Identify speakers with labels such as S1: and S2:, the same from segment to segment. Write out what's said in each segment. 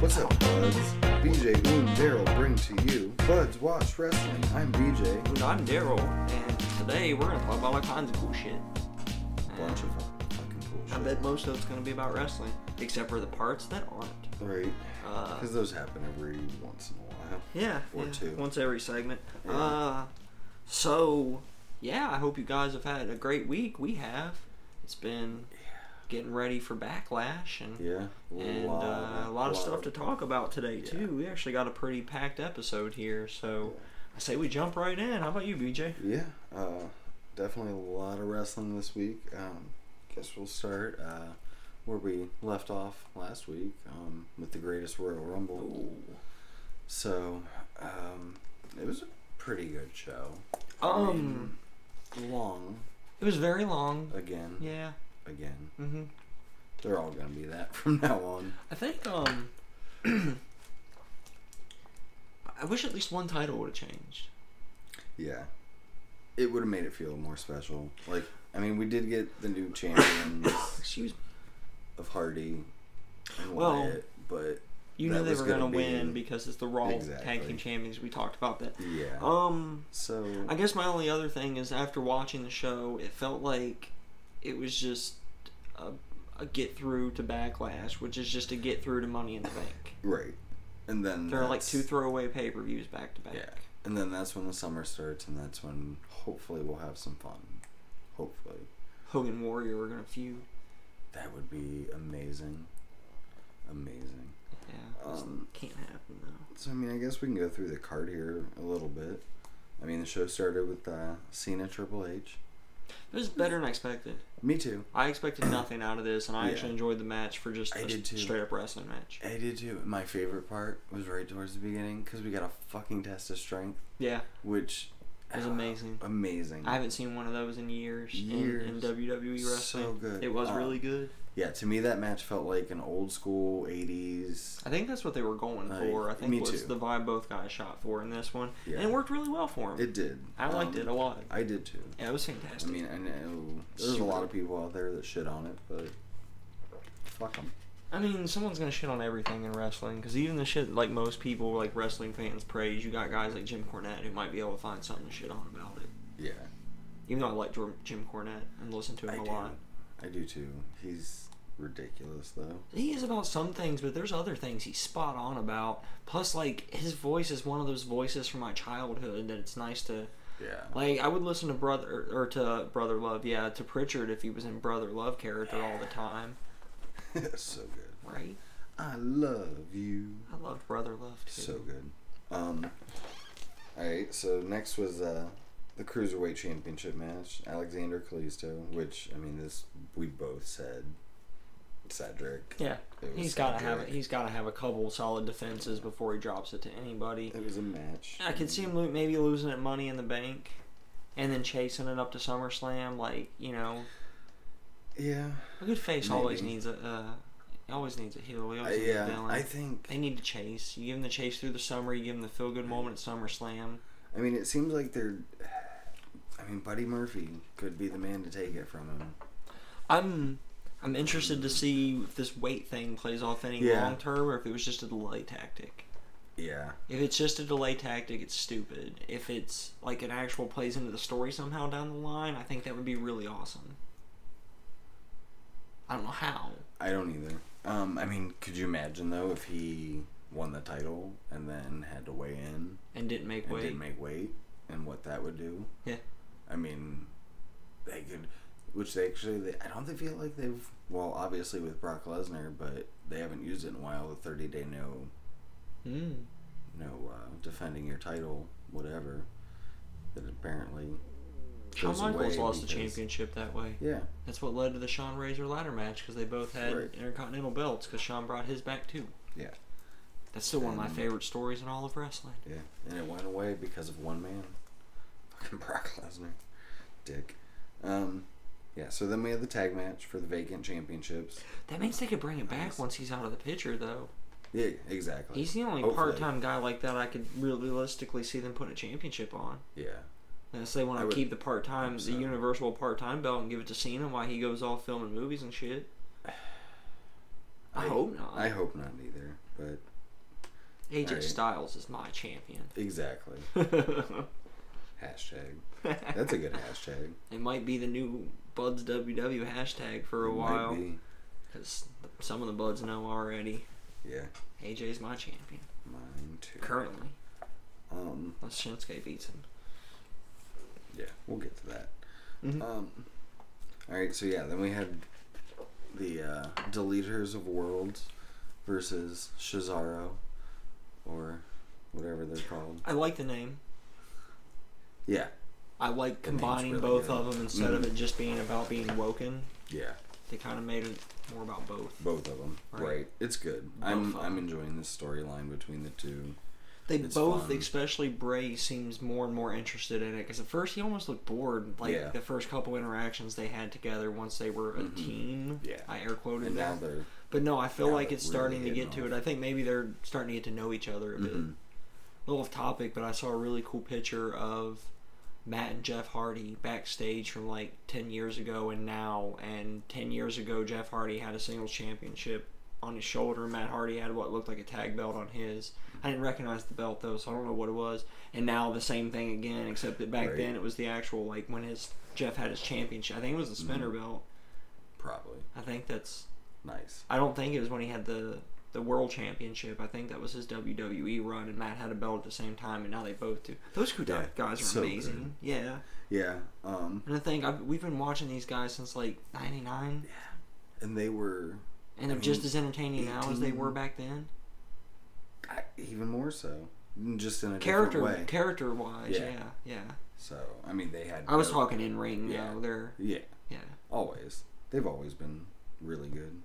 S1: What's up, Buds? BJ and Daryl bring to you Buds Watch Wrestling. I'm BJ.
S2: And I'm Daryl, and today we're gonna talk about all kinds of cool shit.
S1: Bunch of fucking
S2: I
S1: bullshit.
S2: bet most of it's gonna be about wrestling, except for the parts that aren't.
S1: Right.
S2: Uh,
S1: Because those happen every once in a while.
S2: yeah,
S1: Or
S2: yeah,
S1: two.
S2: once every segment.
S1: Yeah.
S2: Uh, so yeah, I hope you guys have had a great week. We have. It's been getting ready for backlash and.
S1: Yeah. A
S2: And uh, a lot of stuff to talk about today
S1: Yeah.
S2: too. We actually got a pretty packed episode here, so
S1: Yeah.
S2: I say we jump right in. How about you, BJ?
S1: Yeah. Uh, definitely a lot of wrestling this week. Um, guess we'll start uh, where we left off last week um, with the greatest Royal Rumble. So, um, it was a pretty good show. I
S2: Um,
S1: mean, long
S2: it was very long.
S1: again,
S2: Yeah.
S1: again.
S2: Mm-hmm.
S1: They're all gonna be that from now on.
S2: I think um I wish at least one title would have changed.
S1: Yeah, it would have made it feel more special. Like, I mean, we did get the new champions
S2: Excuse me.
S1: of Hardy and
S2: Well,
S1: Wyatt, but
S2: You
S1: That
S2: knew they
S1: was
S2: were gonna,
S1: gonna be-
S2: win because it's the Raw
S1: Exactly.
S2: Tag Team Champions. We talked about that.
S1: yeah.
S2: Um,
S1: so
S2: I guess my only other thing is after watching the show, it felt like it was just a, a get through to Backlash, which is just a get through to Money in the Bank.
S1: right, and then
S2: There are like
S1: that's-
S2: two throwaway pay per views back to back.
S1: Yeah, and then that's when the summer starts, and that's when hopefully we'll have some fun. Hopefully.
S2: Hogan Warrior are gonna feud.
S1: That would be amazing. Amazing.
S2: Yeah, this
S1: Um,
S2: can't happen though.
S1: So, I mean, I guess we can go through the card here a little bit. I mean, the show started with uh, Cena Triple H.
S2: It was better than I expected.
S1: Me too.
S2: I expected nothing out of this, and I
S1: Yeah.
S2: actually enjoyed the match for just
S1: I
S2: a
S1: did too.
S2: straight up wrestling match.
S1: I did too. My favorite part was right towards the beginning because we got a fucking test of strength,
S2: Yeah,
S1: which
S2: It was amazing.
S1: Amazing.
S2: I haven't seen one of those in years, in- In,
S1: Years.
S2: WWE
S1: So
S2: wrestling.
S1: good.
S2: It was
S1: Uh,
S2: really good.
S1: yeah, to me that match felt like an old school '80s.
S2: I think that's what they were going
S1: I-
S2: for. I think
S1: me
S2: was
S1: too.
S2: the vibe both guys shot for in this one,
S1: Yeah.
S2: and it worked really well for them.
S1: It did.
S2: I liked
S1: Um,
S2: it a lot.
S1: I did too.
S2: Yeah, it was
S1: I
S2: fantastic.
S1: mean, I know there's a lot of people out there that shit on it, but fuck them.
S2: I mean, someone's gonna shit on everything in wrestling because even the shit like most people, like wrestling fans, praise. You got guys like Jim Cornette who might be able to find something to shit on about it.
S1: Yeah,
S2: Even though I like Jor- Jim Cornette and listen to
S1: I
S2: him a
S1: do.
S2: lot.
S1: I do too. He's ridiculous though.
S2: He is about some things, but there's other things he's spot on about. Plus, like his voice is one of those voices from my childhood that it's nice to
S1: Yeah.
S2: like. I would listen to brother or to brother love, yeah, to Pritchard if he was in brother love character all the time,
S1: so good.
S2: right?
S1: I love you.
S2: I loved brother love too.
S1: So good. Um. All right. So next was uh, the cruiserweight championship match, Alexander Kalisto, which I mean, this we both said, Cedric.
S2: yeah,
S1: It was
S2: he's got to have it.
S1: Cedric.
S2: He's got to have a couple solid defenses before he drops it to anybody.
S1: It was a match.
S2: I could see him lo- maybe losing it money in the bank, and then chasing it up to SummerSlam. Like you know,
S1: Yeah.
S2: A good face always
S1: Maybe.
S2: needs a uh, he always needs a heel. He
S1: I,
S2: always needs a
S1: yeah.
S2: villain.
S1: I think.
S2: they need to chase. You give them the chase through the summer. You give them the feel good moment at SummerSlam.
S1: I mean, it seems like they're. I mean, Buddy Murphy could be the man to take it from him.
S2: I'm I'm interested to see if this weight thing plays off any
S1: Yeah.
S2: long term or if it was just a delay tactic.
S1: Yeah.
S2: If it's just a delay tactic, it's stupid. If it's like an actual plays into the story somehow down the line, I think that would be really awesome. I don't know how.
S1: I don't either. Um, I mean, could you imagine though if he won the title and then had to weigh in
S2: And didn't make
S1: and
S2: weight.
S1: didn't make weight and what that would do?
S2: Yeah.
S1: I mean, they could, which they actually, they, I don't think feel like they've. Well, obviously with Brock Lesnar, but they haven't used it in a while. The thirty day no,
S2: mm.
S1: no uh, defending your title, whatever. That apparently.
S2: Shawn
S1: goes
S2: Michaels
S1: away
S2: lost the
S1: because-
S2: championship that way.
S1: Yeah,
S2: That's what led to the Shawn Razor ladder match because they both had
S1: Right.
S2: intercontinental belts because Shawn brought his back too.
S1: Yeah.
S2: That's still one of my
S1: And-
S2: favorite stories in all of wrestling.
S1: yeah, and it went away because of one man, fucking Brock Lesnar, dick. Um, yeah. So then we had the tag match for the vacant championships.
S2: That means they could bring it back
S1: Nice.
S2: once he's out of the picture, though.
S1: Yeah, exactly.
S2: He's the only
S1: Hopefully.
S2: part-time guy like that I could realistically see them putting a championship on.
S1: Yeah,
S2: Unless they
S1: I
S2: want
S1: would
S2: to keep the part-time,
S1: hope
S2: the
S1: so.
S2: universal part-time belt and give it to Cena while he goes off filming movies and shit. I, hope not.
S1: I hope not either, but
S2: AJ
S1: Alright.
S2: Styles is my champion.
S1: Exactly.
S2: it
S1: Hashtag. That's a good hashtag.
S2: might be the new Buds WW hashtag for a
S1: Might
S2: while.
S1: be.
S2: Because some of the Buds know already.
S1: Yeah.
S2: AJ's my champion.
S1: Mine too.
S2: Currently.
S1: Um.
S2: Unless Shinsuke beats him.
S1: Yeah. We'll get to that.
S2: Mhm.
S1: Um. All right. So yeah. Then we had the uh, Deleters of Worlds versus Cesaro, or whatever they're called.
S2: I like the name.
S1: Yeah.
S2: I like
S1: The name's
S2: combining
S1: really
S2: both
S1: good.
S2: of them instead of
S1: Mhm.
S2: it just being about being woken.
S1: Yeah.
S2: They kind of made it more about both.
S1: Both of them.
S2: Right.
S1: Right. It's good.
S2: Both
S1: I'm
S2: of
S1: I'm
S2: 'em.
S1: enjoying this storyline between the two.
S2: They
S1: It's
S2: both,
S1: fun.
S2: especially Bray, seems more and more interested in it because at first he almost looked bored. Like
S1: Yeah.
S2: the first couple interactions they had together once they were a
S1: Mhm.
S2: team.
S1: Yeah.
S2: I air quoted
S1: And now
S2: that.
S1: they're
S2: But no, I feel
S1: now
S2: like
S1: they're
S2: it's starting
S1: really
S2: to get
S1: getting
S2: to it.
S1: on.
S2: I think maybe they're starting to get to know each other a bit.
S1: mhm.
S2: A little off topic, but I saw a really cool picture of Matt and Jeff Hardy backstage from like 10 years ago and now. And 10 years ago, Jeff Hardy had a singles championship on his shoulder. Matt Hardy had what looked like a tag belt on his. I didn't recognize the belt though, so I don't know what it was. And now the same thing again, except that back
S1: Right.
S2: then it was the actual, like when his Jeff had his championship. I think it was the spinner
S1: Mm-hmm.
S2: belt.
S1: probably
S2: I think that's.
S1: nice.
S2: I don't think it was when he had the the world championship. I think that was his WWE run, and Matt had a belt at the same time, and now they both do. Those two
S1: Yeah,
S2: guys are
S1: so
S2: amazing. Yeah,
S1: Yeah. Um.
S2: and I think I've, we've been watching these guys since like '99,
S1: And they were
S2: and they're
S1: I
S2: just
S1: mean,
S2: as entertaining now as they
S1: 18.
S2: were back then.
S1: I, even more so, just in a
S2: Character,
S1: different way.
S2: character wise, yeah.
S1: Yeah.
S2: yeah,
S1: so I mean, they had.
S2: I was
S1: both-
S2: talking in ring
S1: Yeah.
S2: though. They're
S1: Yeah.
S2: yeah.
S1: Always. They've always been really good.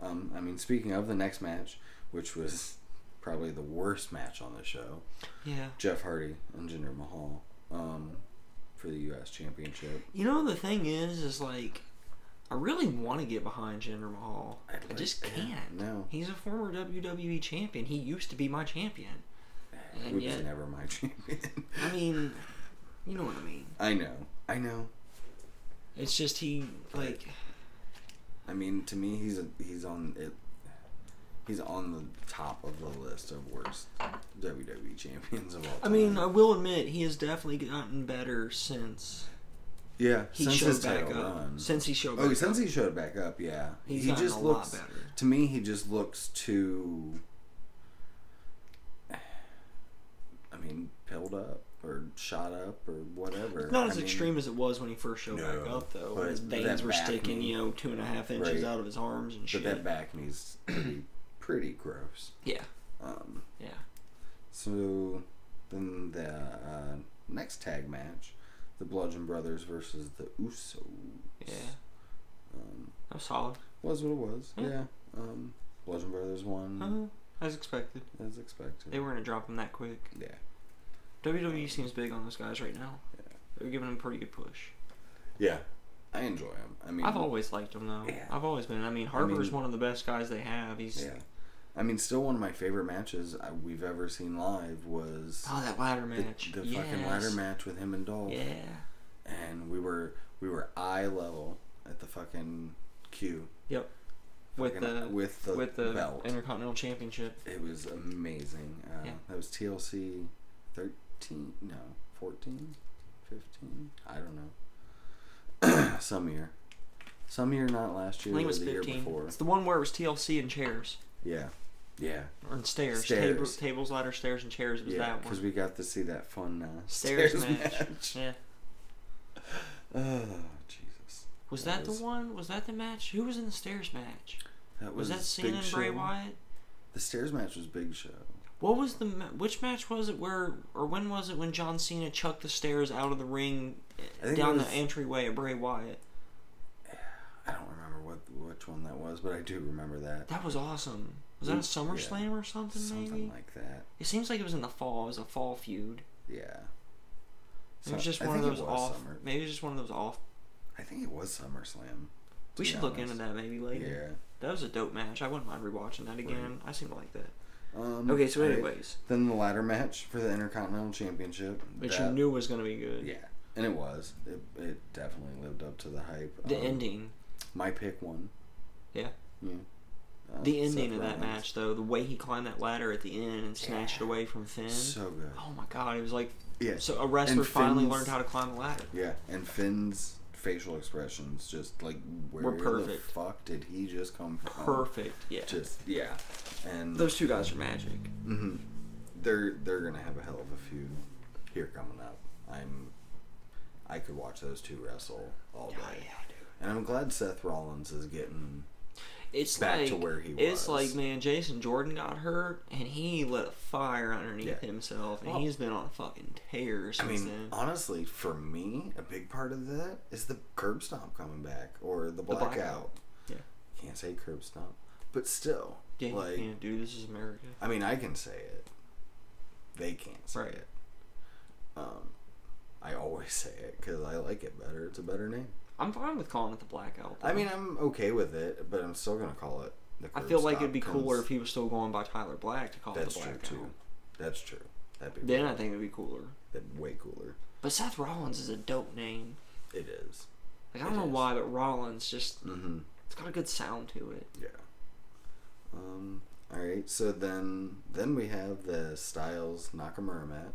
S1: Um. I mean, speaking of the next match, which was probably the worst match on the show,
S2: Yeah,
S1: Jeff Hardy and Jinder Mahal. Um. For the U.S. Championship.
S2: you know the thing is, is like, I really want to get behind Jinder Mahal.
S1: I'd
S2: I
S1: like-
S2: just
S1: yeah,
S2: can't.
S1: no.
S2: he's a former WWE champion. He used to be my champion. And
S1: Who was
S2: yet-
S1: never my champion.
S2: I mean, you know what I mean.
S1: I know. I know.
S2: It's just he like
S1: I mean, to me, he's a, he's on it. He's on the top of the list of worst WWE champions of all time.
S2: I mean, uh, I will admit he has definitely gotten better since
S1: yeah,
S2: he
S1: since
S2: showed
S1: his
S2: back
S1: title
S2: up.
S1: run.
S2: Since he showed back
S1: oh,
S2: up.
S1: since he showed back up, yeah,
S2: He's
S1: he
S2: gotten
S1: just
S2: a lot
S1: looks.
S2: better.
S1: To me, he just looks too. I mean, pilled up or shot up or whatever.
S2: It's not
S1: I
S2: as
S1: mean,
S2: extreme as it was when he first showed back
S1: No,
S2: up though.
S1: but
S2: When his veins
S1: that
S2: were
S1: back
S2: sticking,
S1: knee-
S2: you know, two and a half inches
S1: Right.
S2: out of his arms and
S1: But
S2: shit.
S1: that back knee's pretty, pretty gross.
S2: yeah,
S1: Um,
S2: yeah.
S1: So then the uh, next tag match, the Bludgeon Brothers versus the Usos.
S2: Yeah.
S1: Um,
S2: That was solid.
S1: was what it was.
S2: Yeah.
S1: Yeah. Um, Bludgeon Brothers won
S2: Uh, as expected.
S1: as expected.
S2: They weren't gonna drop him that quick.
S1: yeah.
S2: WWE seems big on those guys right now.
S1: Yeah.
S2: They're giving him a pretty good push.
S1: Yeah. I enjoy them. I mean,
S2: I've always liked him though.
S1: Yeah.
S2: I've always been. I mean, Harper's
S1: mean-
S2: one of the best guys they have. He's
S1: yeah. I mean, still one of my favorite matches I, we've ever seen live was
S2: oh that ladder
S1: the,
S2: match.
S1: the fucking ladder
S2: Yes.
S1: match with him and Dolph.
S2: Yeah,
S1: And we were we were eye level at the fucking queue
S2: with
S1: Fucking-
S2: the
S1: with the
S2: with the
S1: belt.
S2: Intercontinental Championship.
S1: It was amazing. Uh,
S2: Yeah.
S1: That was TLC 13, no, 14, 15? I don't know. Some year. Some year, not last
S2: I
S1: year.
S2: think it
S1: or
S2: was
S1: the year
S2: fifteen.
S1: before.
S2: It's the one where it was TLC and chairs
S1: Yeah. Yeah.
S2: or and stairs,
S1: Stairs.
S2: Tables, tables, ladder, stairs, and chairs. It was
S1: Yeah.
S2: that
S1: Because
S2: one.
S1: we got to see that fun uh,
S2: Stairs,
S1: stairs,
S2: match.
S1: match.
S2: Yeah.
S1: Oh, Jesus.
S2: Was that,
S1: That was-
S2: the one? Was that the match? Who was in the stairs match?
S1: That
S2: Was,
S1: was,
S2: that Cena
S1: Big
S2: and Bray
S1: Show.
S2: Wyatt?
S1: The stairs match was Big Show.
S2: What was the ma- which match was it where or when was it when John Cena chucked the stairs out of the ring eh,
S1: I think
S2: down
S1: it was-
S2: the entryway at Bray Wyatt?
S1: I don't remember what which one that was, but I do remember that.
S2: That was awesome. Was that a
S1: Yeah.
S2: SummerSlam or something?
S1: Something
S2: maybe.
S1: like that.
S2: It seems like it was in the fall. It was a fall feud.
S1: Yeah.
S2: It was
S1: So-
S2: just
S1: I
S2: one of
S1: think it
S2: those
S1: was
S2: off.
S1: Summer-
S2: Maybe it was just one of those off.
S1: I think it was SummerSlam. to
S2: We
S1: be
S2: should look
S1: honest.
S2: into that maybe later. That was a dope match. I wouldn't mind rewatching that again. I seem to like that.
S1: Yeah. Um,
S2: Okay, so
S1: all right.
S2: anyways,
S1: Then the ladder match for the Intercontinental Championship.
S2: which you
S1: that-
S2: knew was gonna be good.
S1: Yeah, and it was. It, it Um, definitely lived up to the hype.
S2: The
S1: Um,
S2: ending.
S1: My pick won.
S2: Yeah.
S1: Yeah. Uh,
S2: The ending
S1: Seth
S2: of that
S1: Rollins.
S2: match, though, the way he climbed that ladder at the end and snatched it away from Finn.
S1: So good.
S2: oh my god, it was like
S1: Yeah.
S2: so a wrestler finally
S1: Finn's-
S2: learned how to climb a ladder.
S1: Yeah, and Finn's facial expressions just like where
S2: Were
S1: the
S2: perfect.
S1: fuck did he just come from?
S2: Perfect. Yeah.
S1: Oh, Just yeah, and
S2: Those two guys are magic.
S1: hmm they're they're gonna have a hell of a feud here coming up. I'm I could watch those two wrestle all day,
S2: Yeah, yeah, dude.
S1: and I'm glad Seth Rollins is getting
S2: It's
S1: Back
S2: like,
S1: to where he was.
S2: It's like man, Jason Jordan got hurt and he lit a fire underneath
S1: Yeah.
S2: himself, and
S1: Well-
S2: he's been on a fucking tear
S1: I
S2: since
S1: mean,
S2: then.
S1: honestly, for me, a big part of that is the curb stomp coming back or the blackout.
S2: blackout. Yeah.
S1: Can't say curb stomp, but still,
S2: Yeah, you
S1: like
S2: can't do this is America.
S1: I mean, I can say it. They can't say
S2: Right.
S1: it. Um, I always say it because I like it better. It's a better name.
S2: I'm fine with calling it the blackout.
S1: I
S2: though.
S1: mean, I'm okay with it, but I'm still gonna call it. The
S2: I
S1: curb
S2: feel like
S1: stop
S2: it'd be
S1: comes-
S2: cooler if he was still going by Tyler Black to call
S1: That's
S2: it the
S1: true
S2: blackout.
S1: too. That's true. That'd be
S2: Then I think it'd be cooler.
S1: that'd be way cooler.
S2: But Seth Rollins is a dope name.
S1: It is.
S2: Like I
S1: It
S2: don't know
S1: is.
S2: why, but Rollins just
S1: Mm-hmm.
S2: it's got a good sound to it.
S1: Yeah. Um. All right. So then, then we have the Styles Nakamura match.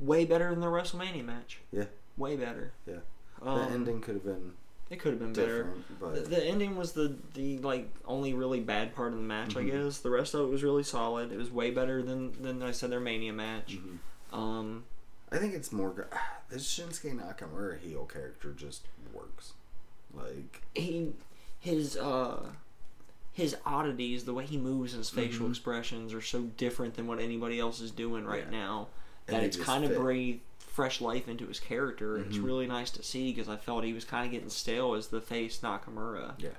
S2: Way better than the WrestleMania match.
S1: Yeah.
S2: Way better.
S1: Yeah.
S2: Um,
S1: the ending could have been
S2: It could have been better.
S1: different, but
S2: The, the ending was the the like only really bad part of the match,
S1: Mhm.
S2: I guess. The rest of it was really solid. It was way better than than I said their Mania match.
S1: Mhm.
S2: Um,
S1: I think it's more. gr- This Shinsuke Nakamura heel character just works. Like,
S2: he his uh his oddities, the way he moves and his facial
S1: Mhm.
S2: expressions are so different than what anybody else is doing right
S1: Yeah.
S2: now
S1: And
S2: that
S1: they
S2: it's
S1: just
S2: kind of
S1: fit.
S2: breathed fresh life into his character. It's
S1: Mhm.
S2: really nice to see because I felt he was kind of getting stale as the face Nakamura.
S1: yeah.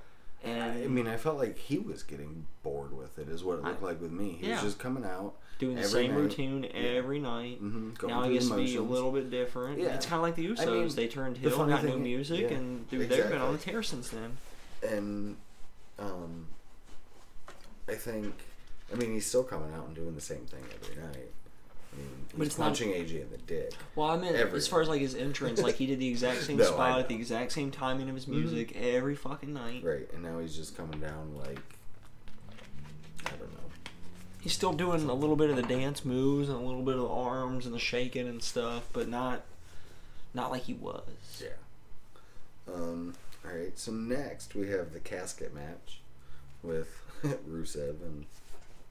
S2: And
S1: I mean, I felt like he was getting bored with it. Is what it looked like with me. He
S2: Yeah.
S1: was just coming out,
S2: doing the
S1: every
S2: same
S1: night-
S2: routine every night.
S1: hmm going
S2: Now I
S1: through
S2: guess
S1: the
S2: to
S1: motions.
S2: be a little bit different.
S1: Yeah.
S2: It's kind of like the Usos.
S1: I mean,
S2: they turned
S1: the
S2: heel,
S1: funny
S2: got new
S1: thing-
S2: music,
S1: yeah,
S2: and dude, they've been on the
S1: exactly.
S2: tear since then.
S1: and um, I think, I mean, he's still coming out and doing the same thing every night. I mean, he's
S2: But it's not-
S1: punching AJ in the dick.
S2: Well, I meant
S1: Every
S2: as far as like his entrance, like he did the exact same
S1: No, I
S2: spot at the
S1: know.
S2: exact same timing of his music every fucking night.
S1: Right, and now he's just coming down like, I don't know.
S2: He's still doing a little bit of the dance moves and a little bit of the arms and the shaking and stuff, but not not like he was.
S1: Yeah. Um. All right. So next we have the casket match with Rusev and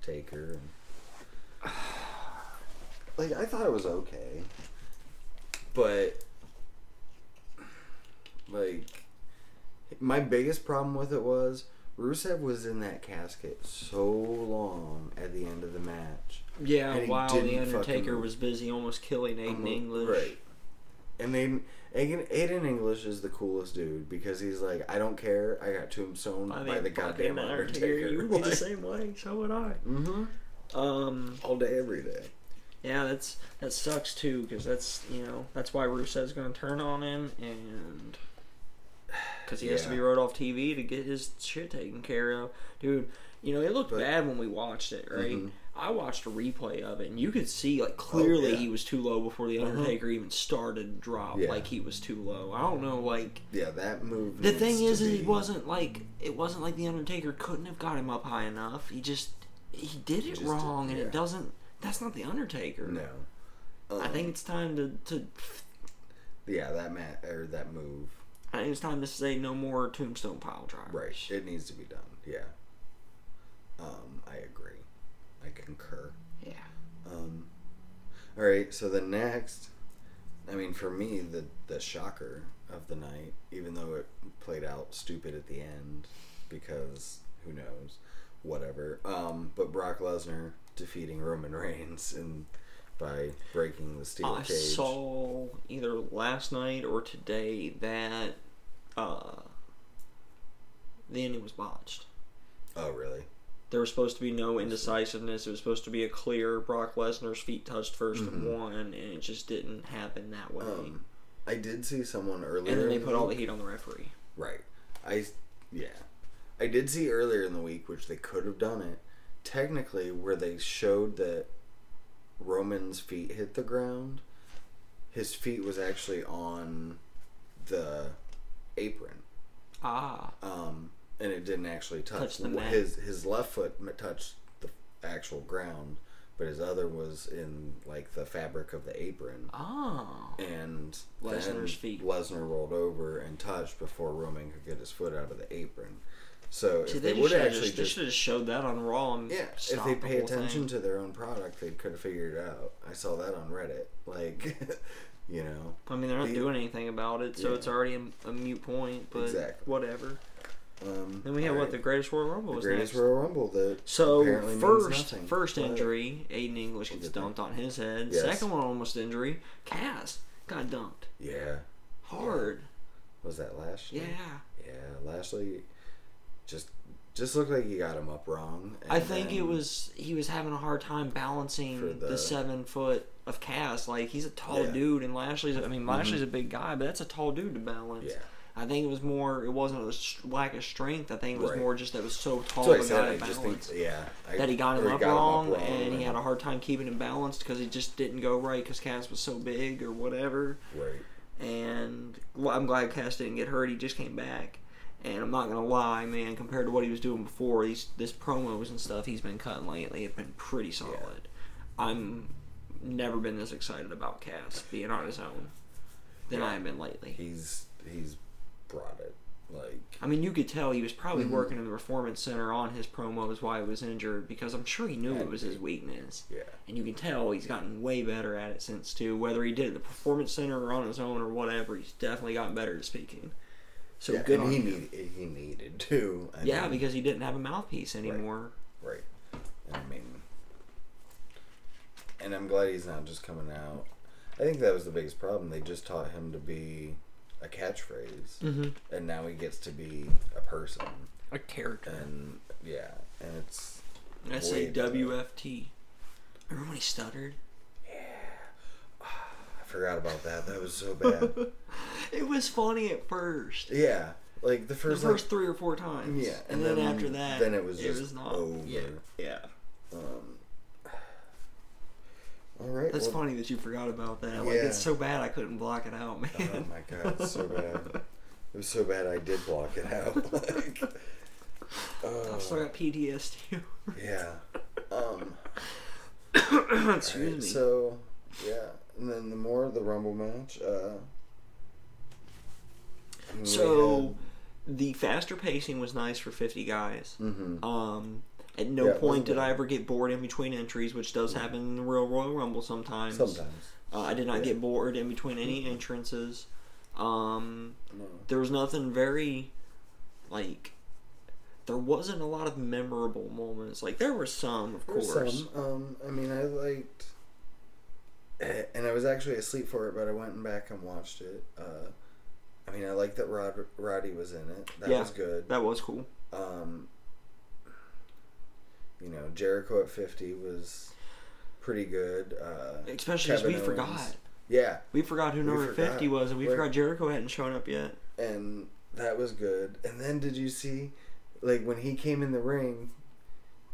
S1: Taker and. Like I thought it was okay, but like my biggest problem with it was Rusev was in that casket so long at the end of the match.
S2: Yeah,
S1: And he
S2: while
S1: didn't
S2: the
S1: fucking-
S2: Undertaker was busy almost killing Aiden
S1: I'm like,
S2: English.
S1: Right. And then Aiden, Aiden English is the coolest dude because he's like, I don't care. I got tombstone
S2: I
S1: by
S2: mean,
S1: the goddamn Undertaker.
S2: You would be the same way. So would I.
S1: hmm
S2: Um,
S1: All day, every day.
S2: yeah, that's that sucks too, because that's you know that's why Rusev's going to turn on him, and because he has to
S1: Yeah.
S2: be wrote off TV to get his shit taken care of, dude. You know, it looked
S1: But-
S2: bad when we watched it, right?
S1: Mhm.
S2: I watched a replay of it, and you could see like clearly
S1: Oh, yeah. Uh-huh.
S2: he was too low before the Undertaker even started to drop.
S1: Yeah.
S2: Like he was too low. I don't know, like
S1: Yeah, that move.
S2: the
S1: needs
S2: thing
S1: to
S2: is, is
S1: be-
S2: it wasn't like it wasn't like the Undertaker couldn't have got him up high enough. He just he did it
S1: just
S2: wrong,
S1: did-
S2: and
S1: yeah.
S2: it doesn't. That's not the Undertaker.
S1: No.
S2: I
S1: Um,
S2: think it's time to, to
S1: Yeah, that mat or that move.
S2: I think it's time to say no more tombstone pile drivers.
S1: Right. It needs to be done. Yeah. Um, I agree. I concur.
S2: Yeah.
S1: Um, all right, so the next, I mean, for me, the the shocker of the night, even though it played out stupid at the end, because who knows, whatever. Um, but Brock Lesnar defeating Roman Reigns and by breaking the steel
S2: I
S1: cage.
S2: saw either last night or today that uh, the ending was botched.
S1: Oh, really?
S2: There was supposed to be no indecisiveness. It was supposed to be a clear Brock Lesnar's feet touched 1st
S1: Mhm.
S2: and won, and it just didn't happen that way.
S1: Um, I did see someone earlier.
S2: and then they
S1: in
S2: put all the
S1: week-
S2: heat on the referee.
S1: Right. I yeah. I did see earlier in the week, which they could have done it, technically, where they showed that Roman's feet hit the ground. His feet was actually on the apron,
S2: Ah,
S1: um, and it didn't actually touch,
S2: Touch the
S1: w-
S2: mat.
S1: his his left foot m- touched the actual ground, but his other was in like the fabric of the apron.
S2: Oh.
S1: And then
S2: Lesnar's feet.
S1: Lesnar rolled over and touched before Roman could get his foot out of the apron. So
S2: See,
S1: if
S2: they,
S1: they, would
S2: should have
S1: actually
S2: just, they
S1: just
S2: should have showed that on Raw. And
S1: yeah, if
S2: stopped
S1: they
S2: the
S1: pay
S2: whole thing.
S1: attention to their own product, they could have figured it out. I saw that on Reddit. Like, you know,
S2: I mean, they're not
S1: the-
S2: doing anything about it, so
S1: Yeah.
S2: it's already a, a mute point. But
S1: Exactly.
S2: whatever.
S1: um,
S2: Then we have
S1: alright.
S2: what the Greatest Royal Rumble
S1: the
S2: was
S1: greatest
S2: next.
S1: Royal Rumble that
S2: So
S1: apparently means
S2: first,
S1: nothing,
S2: first
S1: but-
S2: injury, Aiden English gets
S1: Good thing.
S2: dumped on his head.
S1: Yes.
S2: Second one, almost injury. Cass got dumped
S1: yeah
S2: hard.
S1: was that Lashley
S2: Yeah,
S1: yeah Lashley just just looked like he got him up wrong.
S2: I
S1: and
S2: think
S1: then-
S2: it was he was having a hard time
S1: For
S2: balancing the,
S1: the-
S2: seven foot of Cass. Like he's a tall
S1: Yeah. Mm-hmm.
S2: dude, and Lashley's. I mean, Lashley's a big guy, but that's a tall dude to balance.
S1: yeah.
S2: I think it was more. It wasn't a s- lack of strength. I think it was
S1: Right.
S2: more just that it was so tall
S1: So I
S2: of a
S1: said
S2: guy
S1: I
S2: to
S1: just
S2: balance.
S1: think yeah I-
S2: that he got him,
S1: or
S2: up, wrong, and
S1: and-
S2: he had a hard time keeping him balanced because he just didn't go right because Cass was so big or whatever.
S1: right
S2: And well, I'm glad Cass didn't get hurt. He just came back. And I'm not gonna lie, man. Compared to what he was doing before, these this promos and stuff he's been cutting lately have been pretty solid. I'm never been this excited about Cass being on his own than I have been lately.
S1: he's he's brought it like
S2: I mean, you could tell he was probably working in the performance center on his promos while he was injured because I'm sure he knew it was his weakness.
S1: yeah
S2: And you can tell he's gotten way better at it since too. Whether he did it at the performance center or on his own or whatever, he's definitely gotten better at speaking. So
S1: yeah,
S2: good
S1: and
S2: on
S1: he
S2: him.
S1: needed he needed to I
S2: yeah,
S1: mean,
S2: because he didn't have a mouthpiece anymore.
S1: Right. And I mean, and I'm glad he's not just coming out. I think that was the biggest problem. They just taught him to be a catchphrase,
S2: Mm-hmm.
S1: and now he gets to be a person.
S2: A character.
S1: And yeah, and it's
S2: I say
S1: way better.
S2: WFT. Remember when he stuttered?
S1: I forgot about that. That was so bad.
S2: It was funny at first.
S1: yeah, like the
S2: The
S1: first,
S2: first three or four times.
S1: like, yeah,
S2: And, then, after that,
S1: then it was
S2: it
S1: just
S2: was not.
S1: over.
S2: Yeah. Yeah.
S1: Um, all right,
S2: That's
S1: well,
S2: funny that you forgot about that. Like
S1: Yeah.
S2: it's so bad I couldn't block it out, man.
S1: Oh my god, it's so bad. It was so bad I did block it out. like,
S2: I
S1: oh,
S2: still got PTSD.
S1: uh, yeah. Um,
S2: Excuse
S1: alright,
S2: me.
S1: So, yeah. And then the more of the Rumble match. Uh, and we
S2: So the faster pacing was nice for 50 guys.
S1: had- mhm.
S2: Um, at no
S1: Yeah, it
S2: point
S1: wasn't
S2: did I
S1: bad.
S2: ever get bored in between entries, which does happen in the Royal Royal Rumble sometimes.
S1: Sometimes.
S2: Uh, I did not
S1: Yeah. Mm-hmm.
S2: get bored in between any entrances. Um,
S1: No.
S2: there was nothing very, like, there wasn't a lot of memorable moments. Like there were some, of
S1: There were
S2: course.
S1: Some. Um, I mean, I liked. eh, And I was actually asleep for it, but I went back and watched it. Uh, I mean, I liked that Rod, Roddy was in it. That
S2: Yeah.
S1: was good.
S2: That was cool.
S1: um, you know, Jericho at 50 was pretty good. Uh,
S2: Especially as
S1: Kevin
S2: we
S1: Owens.
S2: forgot.
S1: Yeah,
S2: We forgot who
S1: We
S2: number
S1: forgot.
S2: 50 was, and we
S1: Right.
S2: forgot Jericho hadn't shown up yet.
S1: and that was good. And then did you see, like, when he came in the ring,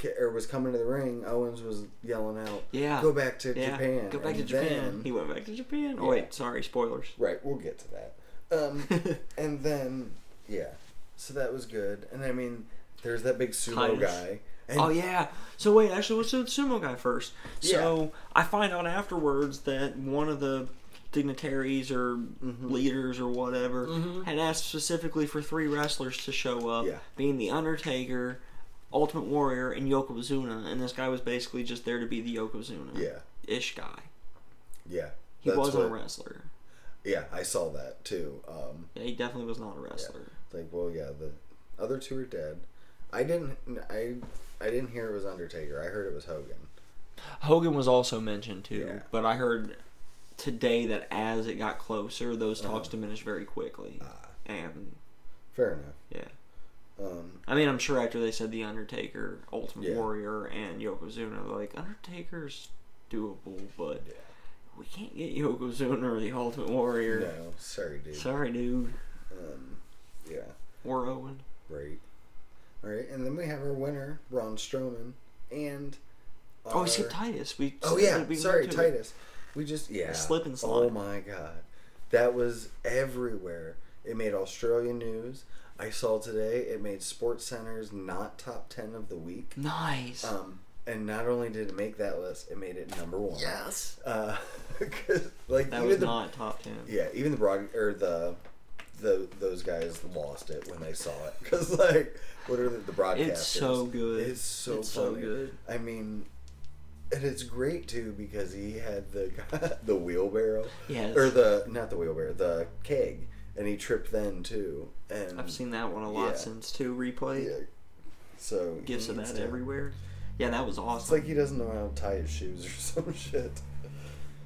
S1: ca- or was coming to the ring, Owens was yelling out,
S2: Yeah.
S1: go back to
S2: yeah.
S1: Japan.
S2: Go back to
S1: And
S2: Japan.
S1: then-
S2: he went back to Japan. Oh,
S1: Yeah.
S2: wait. Sorry. Spoilers.
S1: right, we'll get to that. Um, and then, yeah, so that was good. And I mean, there's that big sumo
S2: Titus.
S1: guy. And
S2: oh, yeah. So, wait. Actually, let's do the sumo guy first. So, I find out afterwards that one of the dignitaries or
S1: Mm-hmm.
S2: leaders or whatever had asked specifically for three wrestlers to show up,
S1: Yeah.
S2: being The Undertaker, Ultimate Warrior, and Yokozuna. And this guy was basically just there to be the Yokozuna
S1: Yeah,
S2: ish guy.
S1: yeah.
S2: He
S1: That's
S2: wasn't
S1: what-
S2: a wrestler.
S1: Yeah, I saw that too. Um,
S2: Yeah, he definitely was not a wrestler.
S1: like, well, yeah, the other two are dead. I didn't, I, I didn't hear it was Undertaker. I heard it was Hogan.
S2: Hogan was also mentioned too,
S1: Yeah.
S2: but I heard today that as it got closer, those talks
S1: Uh-huh.
S2: diminished very quickly.
S1: Ah.
S2: and
S1: Fair enough.
S2: yeah,
S1: Um,
S2: I mean, I'm sure after they said the Undertaker, Ultimate
S1: Yeah.
S2: Warrior, and Yokozuna, they're like Undertaker's doable, but
S1: Yeah.
S2: we can't get Yokozuna or the Ultimate Warrior.
S1: no, sorry, dude.
S2: Sorry, dude,
S1: Um, yeah,
S2: or Owen.
S1: right. All right, and then we have our winner, Braun Strowman, and
S2: Oh, we
S1: our-
S2: said Titus. We
S1: Oh
S2: said
S1: yeah,
S2: that we went
S1: sorry,
S2: to-
S1: Titus. We just yeah.
S2: slip and
S1: Oh
S2: slide.
S1: my god, that was everywhere. It made Australian news. I saw today it made Sports Center's not top ten of the week.
S2: Nice.
S1: Um, and not only did it make that list, it made it number one.
S2: yes.
S1: Uh, 'cause, like
S2: That
S1: even
S2: was
S1: the,
S2: not top ten.
S1: yeah, even the broad or the. The, those guys lost it when they saw it because like what are the, the broadcasters?
S2: It's so good.
S1: It's so
S2: It's so
S1: funny.
S2: good.
S1: I mean, and it's great too because he had the guy- the wheelbarrow
S2: Yes.
S1: or the not the wheelbarrow the keg and he tripped then too and
S2: I've seen that one a lot
S1: yeah.
S2: since two replay.
S1: yeah. So he
S2: Gifts of
S1: needs
S2: that
S1: to-
S2: everywhere. Yeah, that was
S1: It's
S2: awesome.
S1: like he doesn't know how to tie his shoes or some shit.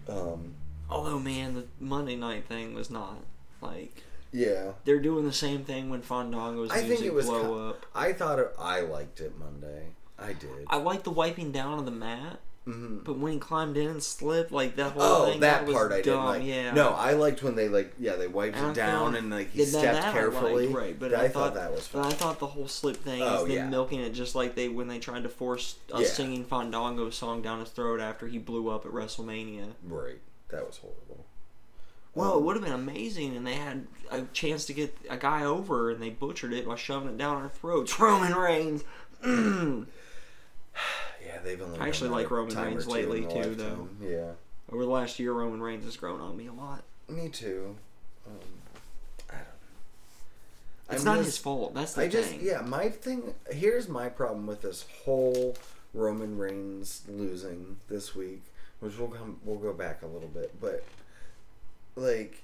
S1: Um,
S2: Although, man, the Monday night thing was not like
S1: yeah.
S2: they're doing the same thing when Fandango's
S1: I
S2: music
S1: think it was.
S2: blow
S1: ki-
S2: up.
S1: I thought it, I liked it Monday. I did.
S2: I like the wiping down of the mat,
S1: hmm
S2: but when he climbed in and slipped, like that whole
S1: Oh,
S2: thing.
S1: that
S2: was
S1: part I didn't
S2: dumb.
S1: like.
S2: Yeah.
S1: No, I liked when they like yeah they wiped
S2: And I
S1: it down
S2: thought-
S1: and like he
S2: Yeah, that-
S1: stepped
S2: that I liked,
S1: carefully.
S2: right, but
S1: Th-
S2: I,
S1: I thought, that was
S2: But I
S1: fun.
S2: thought the whole slip thing
S1: Oh,
S2: is them
S1: yeah.
S2: milking it just like they when they tried to force us
S1: Yeah.
S2: singing Fandango's song down his throat after he blew up at WrestleMania.
S1: Right, that was horrible.
S2: Well, it
S1: Um,
S2: would have been amazing, and they had a chance to get a guy over, and they butchered it by shoving it down our throats. Roman Reigns. Mm.
S1: Yeah, they've only.
S2: I actually
S1: done that
S2: like
S1: a
S2: Roman
S1: time or
S2: Reigns
S1: two in
S2: lately,
S1: my
S2: too,
S1: lifetime. Yeah.
S2: Over the last year, Roman Reigns has grown on me a lot.
S1: Me too. Um, I don't. know.
S2: It's
S1: I'm
S2: not
S1: just-
S2: his fault. That's the
S1: I just
S2: thing.
S1: yeah. My thing here's my problem with this whole Roman Reigns losing this week, which we'll come we'll go back a little bit, but like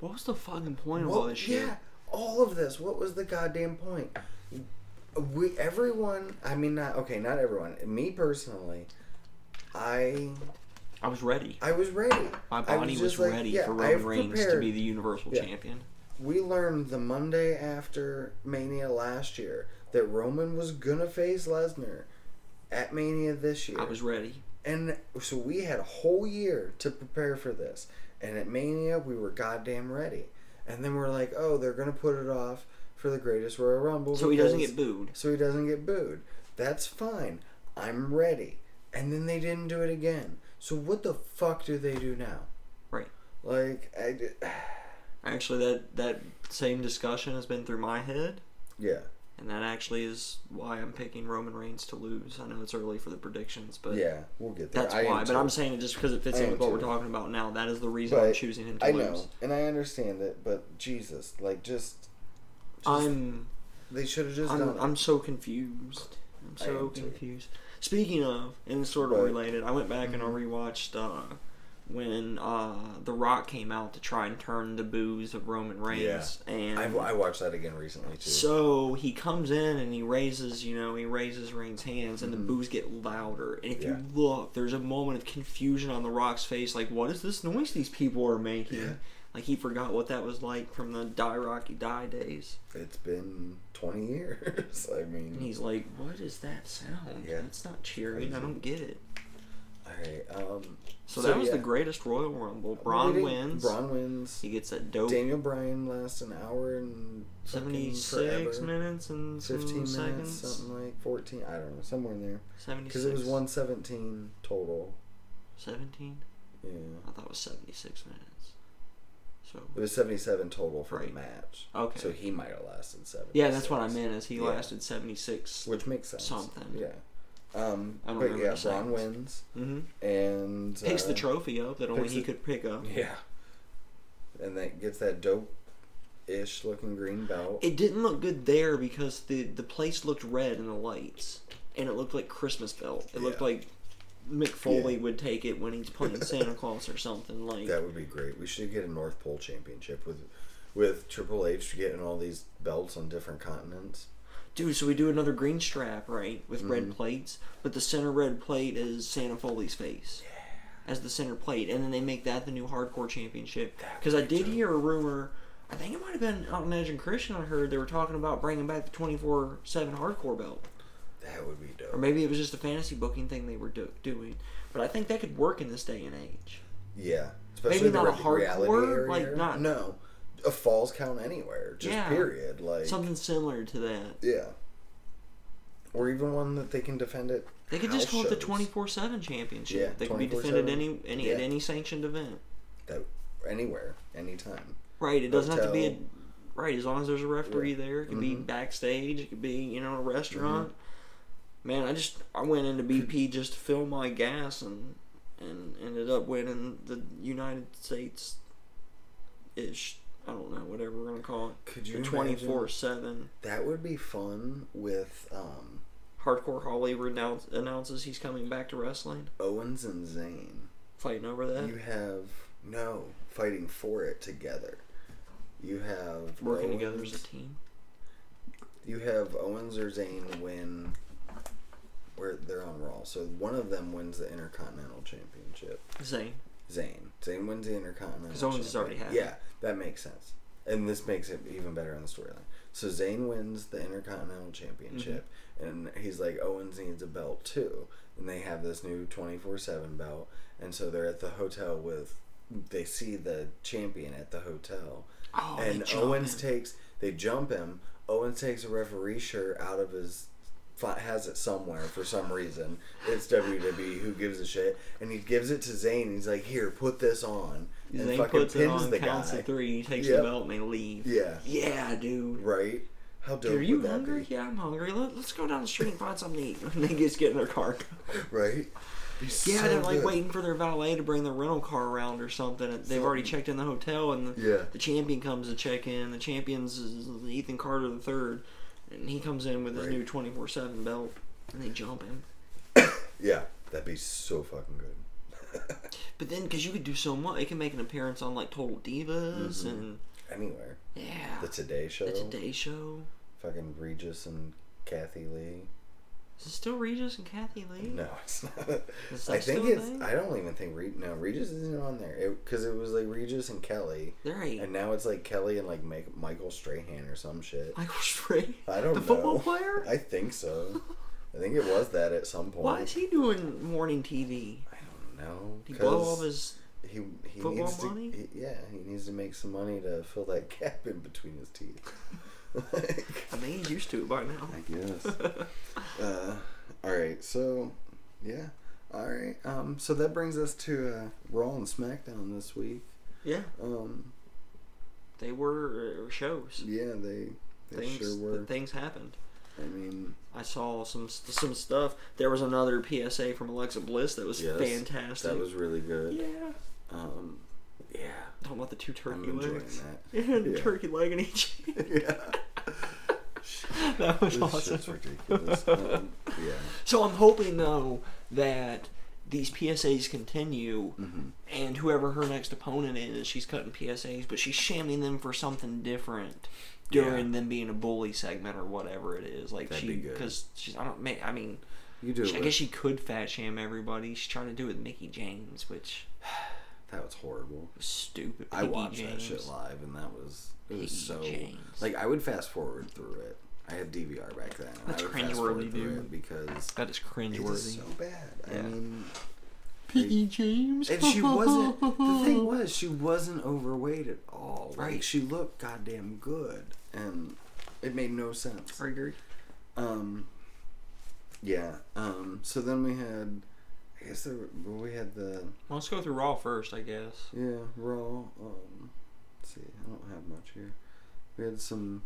S2: What was the fucking point of all
S1: what,
S2: this shit?
S1: yeah, all of this. What was the goddamn point? We everyone. I mean, not okay. Not everyone. Me personally, I
S2: I was ready.
S1: I was ready.
S2: My
S1: I
S2: body was,
S1: just like,
S2: ready
S1: yeah,
S2: for
S1: I've
S2: Roman Reigns to
S1: prepared.
S2: be the Universal
S1: Yeah.
S2: Champion.
S1: we learned the Monday after Mania last year that Roman was gonna face Lesnar at Mania this year.
S2: I was ready.
S1: and so we had a whole year to prepare for this. And at Mania we were goddamn ready. And then we're like, oh, they're gonna put it off for the greatest Royal Rumble.
S2: So he doesn't
S1: because-
S2: get booed.
S1: so he doesn't get booed. That's fine. I'm ready. And then they didn't do it again. So what the fuck do they do now?
S2: Right.
S1: Like I d-
S2: Actually, that that same discussion has been through my head.
S1: yeah.
S2: And that actually is why I'm picking Roman Reigns to lose. I know it's early for the predictions, but
S1: Yeah, we'll get there.
S2: that's
S1: I am
S2: why. But
S1: too.
S2: I'm saying it just because it fits
S1: I
S2: in
S1: am
S2: with what we're
S1: too.
S2: talking about now. That is the reason I'm
S1: But
S2: choosing him to
S1: I
S2: lose.
S1: know, and I understand it, but Jesus, like, just, just-
S2: I'm
S1: they should have just done.
S2: I'm,
S1: it.
S2: I'm so confused. I'm
S1: I
S2: so
S1: am too.
S2: confused. Speaking of, and it's sort
S1: But-
S2: of
S1: Mm-hmm.
S2: related, I went back and I rewatched uh, when uh, The Rock came out to try and turn the booze of Roman Reigns, and
S1: I, I watched that again recently too.
S2: So he comes in and he raises, you know, he raises Reigns' hands, and the
S1: Mhm.
S2: boos get louder. And if
S1: Yeah.
S2: you look, there's a moment of confusion on The Rock's face, like, what is this noise these people are making?
S1: Yeah.
S2: Like he forgot what that was like from the Die Rocky Die days.
S1: it's been twenty years. I
S2: And
S1: mean,
S2: he's like, what is that sound?
S1: Yeah.
S2: That's not cheering. I
S1: Crazy.
S2: don't get it.
S1: all right. Um, So,
S2: So, that was
S1: yeah.
S2: the greatest Royal Rumble.
S1: we
S2: Braun
S1: didn't-
S2: wins.
S1: Braun wins.
S2: He gets that dope
S1: Daniel Bryan lasts an hour and fucking
S2: 76
S1: forever.
S2: minutes and some
S1: fifteen minutes,
S2: seconds.
S1: something like fourteen. I don't know, somewhere in there.
S2: 76.
S1: Because it was one seventeen total.
S2: 17?
S1: Yeah,
S2: I thought it was 76 minutes. So
S1: it was seventy-seven total for
S2: Right.
S1: the match.
S2: okay.
S1: So he might have lasted seven.
S2: yeah, that's what I meant is he
S1: Yeah.
S2: lasted 76.
S1: Which makes sense.
S2: Something.
S1: Yeah. Um,
S2: I don't
S1: but
S2: remember
S1: yeah,
S2: the
S1: Braun
S2: seconds.
S1: wins
S2: hmm
S1: and
S2: Picks
S1: uh,
S2: the trophy up that only
S1: picks
S2: he
S1: the-
S2: could pick up.
S1: Yeah. And that gets that dope ish looking green belt.
S2: It didn't look good there because the the place looked red in the lights, and it looked like Christmas belt. It looked
S1: Yeah.
S2: like Mick Foley
S1: Yeah.
S2: would take it when he's playing Santa Claus or something like.
S1: that would be great. We should get a North Pole Championship with with Triple H getting all these belts on different continents.
S2: Dude, so we do another green strap right with red
S1: Mhm.
S2: plates, but the center red plate is Santa Foley's face. As the center plate, and then they make that the new hardcore championship.
S1: That
S2: Because I
S1: would be
S2: did
S1: dope.
S2: hear a rumor, I think it might have been on Edge and Christian. I heard they were talking about bringing back the twenty four seven hardcore belt.
S1: That would be
S2: or
S1: dope.
S2: maybe it was just a fantasy booking thing they were do- doing. But I think that could work in this day and age.
S1: Yeah. Especially
S2: not
S1: the
S2: a
S1: re- reality
S2: hardcore,
S1: area.
S2: like, not-
S1: No. A falls count anywhere. Just
S2: Yeah.
S1: period. Like
S2: Something similar to that.
S1: Yeah. Or even one that they can defend it.
S2: They could just
S1: house
S2: call it the
S1: shows.
S2: twenty four seven championship.
S1: Yeah,
S2: they could be defended any any at
S1: Yeah.
S2: any sanctioned event.
S1: that anywhere, anytime.
S2: Right. It doesn't have to be a Right, as long as there's a referee
S1: Yeah.
S2: there, it could be
S1: Mhm.
S2: backstage, it could be you know a restaurant.
S1: Mm-hmm.
S2: Man, I just I went into BP just to fill my gas and and ended up winning the United States ish. I don't know whatever we're gonna call it.
S1: Could you
S2: the twenty
S1: imagine-
S2: four seven
S1: That would be fun with um,
S2: hardcore Holly renounce, announces he's coming back to wrestling,
S1: Owens and Zayn.
S2: fighting over that.
S1: You have no fighting for it together. You have
S2: Working
S1: Owens-
S2: together as a team.
S1: You have Owens or Zayn win. Where they're on Raw, so one of them wins the Intercontinental Championship.
S2: Zane.
S1: Zayn. Zayn wins the Intercontinental.
S2: 'Cause Owens has already had it.
S1: Yeah, that makes sense, and this makes it even better in the storyline. So Zayn wins the Intercontinental Championship,
S2: Mm-hmm.
S1: and he's like, Owens needs a belt too, and they have this new twenty four seven belt, and so they're at the hotel with. They see the champion at the hotel,
S2: Oh, they
S1: and
S2: jump
S1: Owens
S2: him.
S1: takes. They jump him. Owens takes a referee shirt out of his. fi- Has it somewhere for some reason. It's WWE. Who gives a shit? And he gives it to Zayn. He's like, "Here, put this on." And
S2: Zane
S1: fucking
S2: puts it
S1: pins
S2: on,
S1: the
S2: counts
S1: guy.
S2: to three, he takes
S1: Yep.
S2: the belt, and they leave.
S1: Yeah.
S2: Yeah, dude.
S1: Right. How dope
S2: Dude, are you
S1: would that
S2: hungry?
S1: be?
S2: Yeah, I'm hungry. Let, let's go down the street and find something to eat. And they just get in their car.
S1: Right. Be
S2: Yeah,
S1: so
S2: they're like
S1: good.
S2: waiting for their valet to bring the rental car around or something. and They've already checked in the hotel, and the,
S1: Yeah.
S2: the champion comes to check in. The champion's is Ethan Carter the third, and he comes in with his
S1: Right.
S2: new twenty four seven belt, and they jump him.
S1: Yeah, that'd be so fucking good.
S2: But then, because you could do so much, it can make an appearance on like Total Divas
S1: Mm-hmm.
S2: and
S1: Anywhere.
S2: yeah,
S1: The Today Show.
S2: the Today Show.
S1: Fucking Regis and Kathy Lee.
S2: Is it still Regis and Kathy Lee?
S1: No, it's not.
S2: Is that
S1: I think
S2: still a
S1: it's.
S2: thing?
S1: I don't even think Re- no Regis isn't on there because it, was like Regis and Kelly,
S2: They're eight.
S1: and now it's like Kelly and like Mike, Michael Strahan or some shit.
S2: Michael Stray,
S1: I don't
S2: the
S1: know.
S2: football player.
S1: I think so. I think it was that at some point.
S2: Why is he doing morning TV?
S1: I don't know.
S2: He blow
S1: 'cause
S2: all his.
S1: he, he
S2: football
S1: needs to,
S2: money?
S1: he- yeah, he needs to make some money to fill that gap in between his teeth. like,
S2: I mean, he's used to it by now.
S1: I guess. uh, all right, so yeah, all right. Um, so that brings us to uh, Raw and SmackDown this week.
S2: yeah,
S1: Um,
S2: they were uh, shows.
S1: yeah, they they
S2: things
S1: sure were.
S2: things happened.
S1: I mean,
S2: I saw some some stuff. There was another PSA from Alexa Bliss that was
S1: yes,
S2: fantastic.
S1: That was really good.
S2: yeah.
S1: Um, yeah,
S2: Talking about the two turkey
S1: I'm enjoying
S2: legs.
S1: that.
S2: Yeah, the
S1: Yeah.
S2: turkey leg in each.
S1: yeah,
S2: that was
S1: this
S2: awesome.
S1: shit's ridiculous. um, yeah.
S2: So I'm hoping though that these PSAs continue,
S1: Mm-hmm.
S2: and whoever her next opponent is, she's cutting PSAs, but she's shamming them for something different during
S1: Yeah.
S2: them being a bully segment or whatever it is. Like
S1: That'd
S2: she,
S1: be good.
S2: because she's I don't ma- I mean,
S1: You do.
S2: she- I
S1: it.
S2: guess she could fat sham everybody. She's trying to do it with Mickey James, which
S1: that was horrible.
S2: was stupid.
S1: I
S2: Mickey
S1: watched that shit
S2: James.
S1: live, and that was it was
S2: Piggy
S1: so
S2: James.
S1: like I would fast forward through it. I had DVR back then. and
S2: That's
S1: I would fast
S2: cringeworthy,
S1: forward through
S2: dude.
S1: it because
S2: That is
S1: it
S2: cringeworthy.
S1: was so bad. I
S2: Yeah.
S1: mean,
S2: Mickey James.
S1: and she wasn't. The thing was, she wasn't overweight at all. Like,
S2: Right.
S1: She looked goddamn good, and it made no sense.
S2: I agree.
S1: Um, yeah. Um. So then we had, I guess there, were- well, we had the
S2: Well, let's go through Raw first, I guess.
S1: Yeah, raw. Um, let's see, I don't have much here. We had some.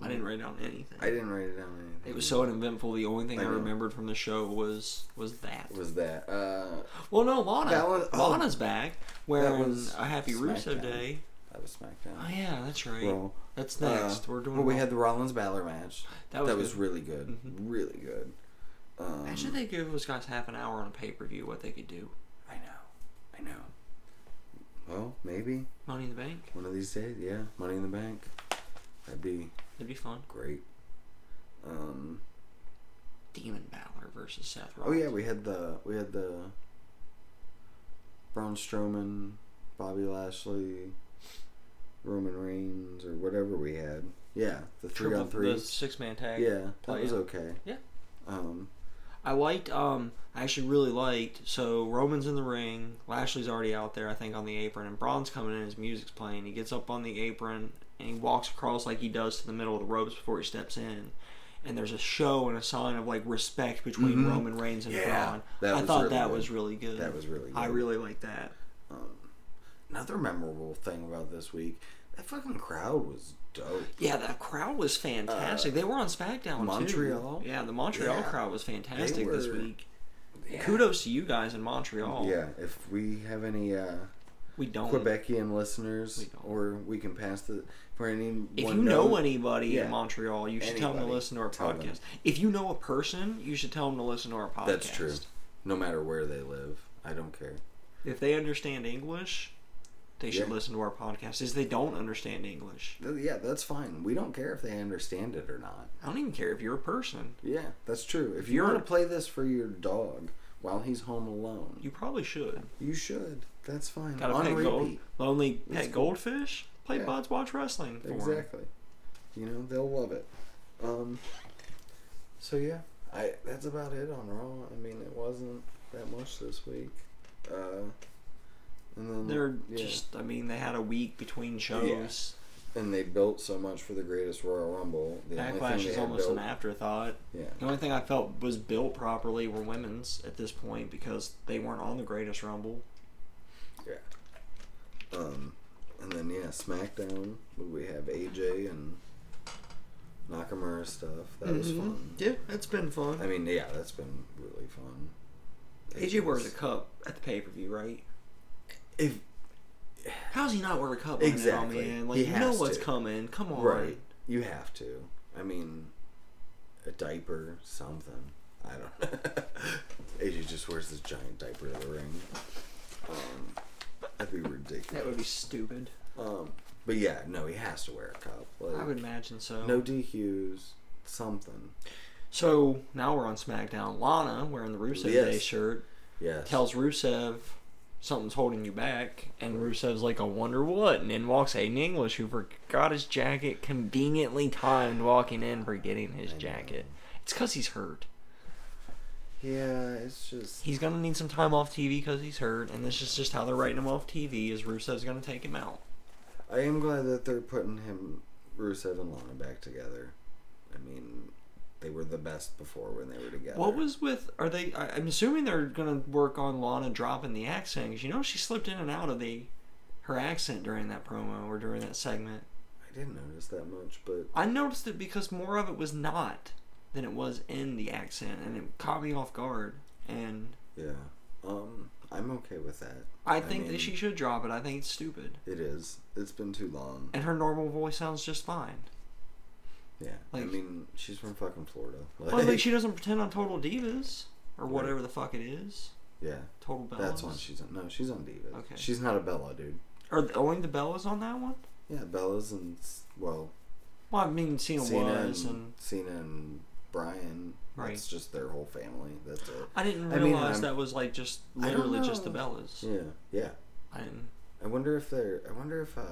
S2: I didn't write down anything.
S1: I didn't write it down. or Anything.
S2: It was so uneventful. The only thing I,
S1: I know.
S2: remembered from the show was was that.
S1: Was that? Uh,
S2: well, no, Lana.
S1: That was- oh.
S2: Lana's back. Wearing
S1: was
S2: a Happy Rusev
S1: SmackDown.
S2: day.
S1: that was SmackDown.
S2: Oh yeah, that's right.
S1: Raw.
S2: That's
S1: Uh,
S2: next. We're doing.
S1: Well, we
S2: Raw.
S1: had the Rollins Balor match.
S2: that was. good.
S1: really good.
S2: Mhm.
S1: Really good. Um,
S2: Imagine they give those guys half an hour on a pay per view. What they could do.
S1: I know. I know. Well, maybe
S2: Money in the Bank.
S1: one of these days. Yeah, Money in the Bank. That'd be
S2: That'd be fun.
S1: great. Um.
S2: Demon Balor versus Seth
S1: Oh
S2: Rollins.
S1: yeah, we had the we had the Braun Strowman, Bobby Lashley, Roman Reigns, or whatever we had. Yeah, the three
S2: Triple,
S1: on three.
S2: The six man tag.
S1: Yeah, that
S2: play,
S1: was
S2: yeah.
S1: okay.
S2: Yeah.
S1: Um.
S2: I liked. Um, I actually really liked. So Roman's in the ring. Lashley's already out there, I think, on the apron, and Braun's coming in. His music's playing. He gets up on the apron and he walks across like he does to the middle of the ropes before he steps in. And there's a show and a sign of like respect between
S1: Mhm.
S2: Roman Reigns and
S1: Yeah,
S2: Braun.
S1: that
S2: I
S1: was
S2: thought
S1: really
S2: that
S1: good.
S2: was really good.
S1: That was really
S2: I
S1: good.
S2: really like that.
S1: Um, another memorable thing about this week, That fucking crowd was dope.
S2: Yeah, that crowd was fantastic.
S1: Uh,
S2: they were on SmackDown
S1: Montreal?
S2: too. Yeah, the Montreal
S1: Yeah.
S2: crowd was fantastic this
S1: were-
S2: week.
S1: Yeah.
S2: Kudos to you guys in Montreal.
S1: Yeah, if we have any uh,
S2: we don't.
S1: Quebecian listeners,
S2: We don't.
S1: or we can pass the for anyone.
S2: If you know anybody
S1: Yeah.
S2: in Montreal, you should tell them to
S1: Anybody.
S2: listen to our
S1: Tell them.
S2: podcast. If you know a person, you should tell them to listen to our podcast.
S1: that's true. No matter where they live, I don't care.
S2: If they understand English, they should
S1: Yeah.
S2: listen to our podcast. If they don't understand English,
S1: Th- Yeah, that's fine. We don't care if they understand it or not.
S2: I don't even care if you're a person.
S1: Yeah, that's true. If
S2: If
S1: you
S2: you're-
S1: want to play this for your dog while he's home alone,
S2: You probably should.
S1: you should. That's fine.
S2: Got a
S1: On
S2: pet gold,
S1: repeat.
S2: lonely
S1: It's
S2: pet
S1: cool.
S2: goldfish. Play
S1: Yeah.
S2: Buds Watch Wrestling for 'em.
S1: Exactly. You know they'll love it. Um. So yeah, I that's about it on Raw. I mean, it wasn't that much this week. Uh, and then
S2: They're
S1: yeah,
S2: just, I mean, they had a week between shows.
S1: and they built so much for the greatest Royal Rumble. The only
S2: Backlash
S1: thing they
S2: is
S1: had
S2: almost
S1: built,
S2: an afterthought. The
S1: Yeah,
S2: only thing I felt was built properly were women's at this point because they weren't on the Greatest Rumble.
S1: um, and then yeah, SmackDown. We have AJ and Nakamura stuff. That was fun.
S2: Mm-hmm. Yeah, it's been fun.
S1: I mean, yeah, that's been really fun.
S2: AJ wears a
S1: It's-
S2: cup at the pay per view, right?
S1: If
S2: How's he not wear a cup? right now,
S1: Exactly.
S2: man. Like
S1: He
S2: you know
S1: has
S2: what's
S1: to.
S2: coming. Come on.
S1: Right. You have to. I mean, a diaper, something. I don't know. AJ just wears this giant diaper to the ring. Um, that'd be
S2: That
S1: ridiculous.
S2: would be stupid.
S1: Um, but yeah, no, he has to wear a cup. Like,
S2: I would imagine so.
S1: no DQs, something.
S2: So now we're on SmackDown. Lana wearing the Rusev
S1: Yes.
S2: Day shirt
S1: Yes.
S2: tells Rusev something's holding you back, and Rusev's like, "I wonder what." And in walks Aiden English, who forgot his jacket, conveniently timed walking in, forgetting his
S1: I know.
S2: jacket. It's because he's hurt.
S1: Yeah, it's just.
S2: He's gonna need some time off TV because he's hurt, and this is just how they're writing him off TV. Is Rusev's gonna take him out?
S1: I am glad that they're putting him, Rusev and Lana, back together. I mean, they were the best before when they were together.
S2: What was with? Are they? I, I'm assuming they're gonna work on Lana dropping the accent. 'cause you know she slipped in and out of the her accent during that promo or during that segment.
S1: I didn't notice that much, but
S2: I noticed it because more of it was not than it was in the accent, and it caught me off guard. And
S1: Yeah. Um, I'm okay with that.
S2: I think
S1: mean,
S2: that she should drop it. I think it's stupid.
S1: It is. It's been too long.
S2: And her normal voice sounds just fine.
S1: Yeah. I
S2: like-
S1: mean, she's from fucking Florida. Like,
S2: Well, like she doesn't pretend on Total Divas or
S1: Right.
S2: whatever the fuck it is.
S1: yeah.
S2: Total Bellas.
S1: That's when she's on. No, she's on Divas.
S2: Oh. Okay.
S1: She's not a Bella, dude.
S2: Are the, only the Bellas on that one?
S1: Yeah, Bella's and s- well,
S2: Well, I mean, Cena,
S1: Cena
S2: was,
S1: and,
S2: and
S1: Cena and Brian.
S2: Right.
S1: That's just their whole family. That's it.
S2: I didn't
S1: I mean,
S2: realize
S1: I'm-
S2: that was like just
S1: I don't
S2: literally just the
S1: know.
S2: Bellas.
S1: Yeah. Yeah.
S2: I didn't.
S1: I wonder if they're. I wonder if uh.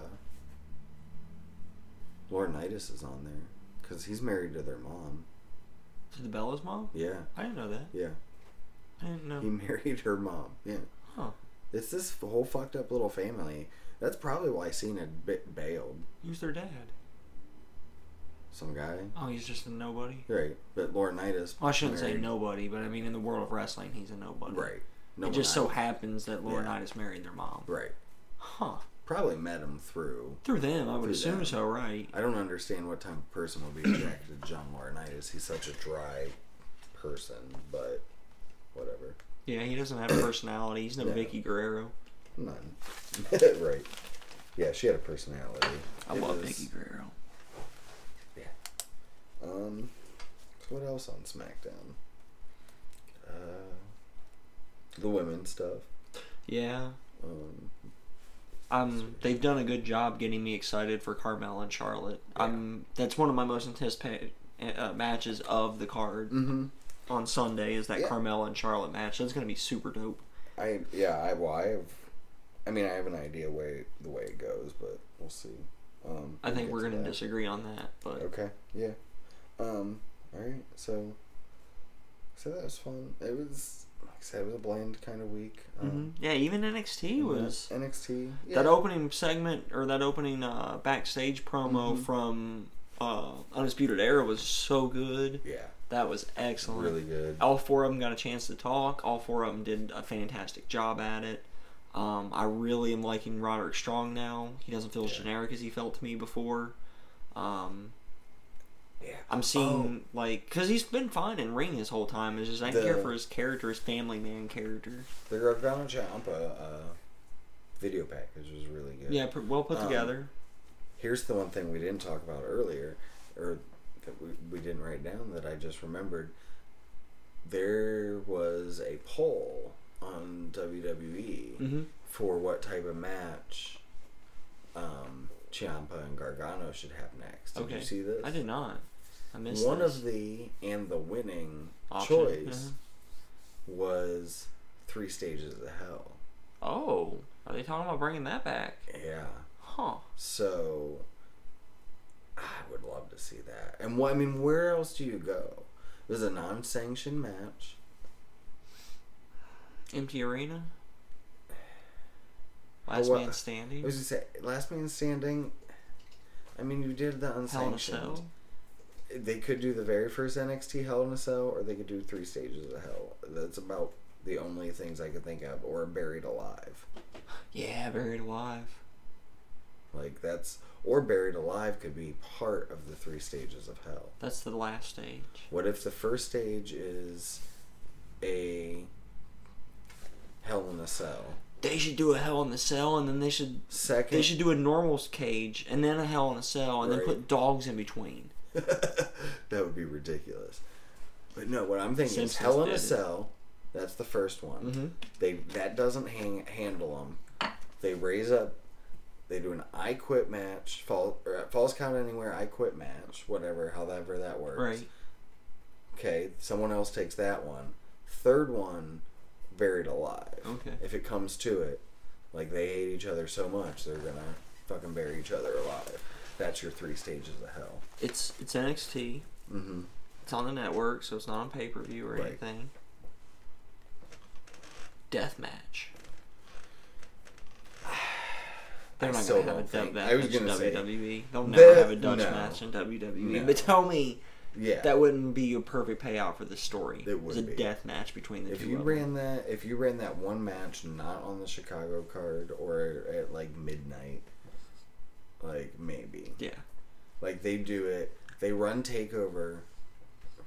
S1: Laurinaitis is on there, cause he's married to their mom.
S2: To the Bellas mom?
S1: Yeah.
S2: I didn't know that.
S1: Yeah.
S2: I didn't know.
S1: He married her mom. Yeah.
S2: Huh.
S1: It's this whole fucked up little family. That's probably why Cena b- bailed
S2: Who's their dad?
S1: some guy.
S2: Oh, he's just a nobody.
S1: Right, but Laurinaitis.
S2: Well, I shouldn't say
S1: married-
S2: nobody, but I mean in the world of wrestling, he's a nobody.
S1: Right.
S2: it just so
S1: one
S2: happens that
S1: Yeah.
S2: Laurinaitis married their mom.
S1: I- Right.
S2: Huh.
S1: Probably met him through.
S2: Through them, I would
S1: Through
S2: assume
S1: them.
S2: so, right?
S1: I don't understand what type of person would be attracted to John Laurinaitis. He's such a dry person, but whatever.
S2: Yeah, he doesn't have a personality. He's no
S1: Yeah.
S2: Vicky Guerrero.
S1: None. right. Yeah, she had a personality.
S2: I
S1: It
S2: love
S1: was-
S2: Vicky Guerrero.
S1: Um, so what else on SmackDown? Uh, the women stuff.
S2: Yeah.
S1: Um,
S2: Um, they've done a good job getting me excited for Carmel and Charlotte. Um, that's one of my most anticipated uh, matches of the card
S1: mm-hmm.
S2: on Sunday is that
S1: Yeah.
S2: Carmel and Charlotte match. That's gonna be super dope.
S1: I yeah, I well, I have. I mean, I have an idea way the way it goes, but we'll see. Um,
S2: I
S1: we'll
S2: think
S1: get
S2: we're
S1: to
S2: gonna
S1: that.
S2: disagree on that, but
S1: Okay. Yeah. Um. All right. So. So that was fun. It was like I said, it was a bland kind of week.
S2: Mhm.
S1: Um,
S2: yeah, even NXT
S1: and that-
S2: was
S1: NXT. Mm-hmm. Yeah.
S2: that opening segment or that opening uh, backstage promo
S1: Mhm.
S2: from uh, Undisputed Era was so good.
S1: yeah.
S2: That was excellent.
S1: Really good.
S2: All four of them got a chance to talk. All four of them did a fantastic job at it. Um, I really am liking Roderick Strong now. He doesn't feel as
S1: Yeah.
S2: generic as he felt to me before. Um,
S1: Yeah. Oh.
S2: I'm seeing like because he's been fine in Ring his whole time. It's just I care
S1: The-
S2: for his character, his family man character.
S1: The Gargano Champa uh, video package was really good.
S2: Yeah, pr- well put
S1: Um,
S2: together.
S1: Here's the one thing we didn't talk about earlier, or that we, we didn't write down that I just remembered. There was a poll on WWE
S2: hmm
S1: for what type of match um, Ciampa and Gargano should have next. Did
S2: Okay.
S1: you see this?
S2: I did not. I missed
S1: One
S2: this
S1: of the and the winning
S2: option.
S1: choice
S2: Uh-huh.
S1: was Three Stages of Hell.
S2: Oh, are they talking about bringing that back?
S1: Yeah.
S2: Huh.
S1: So I would love to see that. And what I mean, where else do you go? It was a non-sanctioned match.
S2: Empty arena. Last
S1: what-
S2: man
S1: I
S2: standing.
S1: Oh, was gonna say, Last Man Standing. I mean, you did the
S2: Hell in a
S1: unsanctioned.
S2: cell.
S1: They could do the very first NXT Hell in a Cell, or they could do Three Stages of Hell. That's about the only things I could think of, or Buried Alive.
S2: Yeah, buried alive.
S1: Like that's or Buried Alive could be part of the Three Stages of Hell.
S2: That's the last stage.
S1: What if the first stage is a hell in a cell?
S2: They should do a hell in the cell, and then they should
S1: Second,
S2: they should do a normal cage, and then a hell in a cell, and then
S1: Right.
S2: put dogs in between.
S1: that would be ridiculous. But no, what I'm thinking
S2: Simpsons
S1: is hell in
S2: did
S1: a
S2: it.
S1: cell. That's the first one.
S2: Mhm.
S1: They that doesn't hang, handle them. They raise up. They do an I quit match, fall or uh, falls count anywhere. I quit match, whatever, however that works.
S2: Right.
S1: Okay, someone else takes that one. Third one, buried alive.
S2: Okay.
S1: If it comes to it, like they hate each other so much, they're gonna fucking bury each other alive. That's your three stages of hell.
S2: It's it's NXT.
S1: Mm-hmm.
S2: It's on the network, so it's not on pay per view or
S1: Right.
S2: anything. Death match. They're
S1: I
S2: not
S1: still
S2: gonna have a
S1: don't
S2: death
S1: think-
S2: match
S1: I was
S2: in
S1: gonna say-
S2: WWE. They'll never
S1: That-
S2: have a Dutch
S1: no.
S2: match in WWE.
S1: No.
S2: But tell me
S1: Yeah.
S2: that wouldn't be a perfect payout for this story.
S1: It would
S2: It's a
S1: be.
S2: death match between the
S1: if
S2: two.
S1: you
S2: of them.
S1: ran that, if you ran that one match not on the Chicago card or at like midnight, like maybe,
S2: yeah,
S1: like they do it, they run Takeover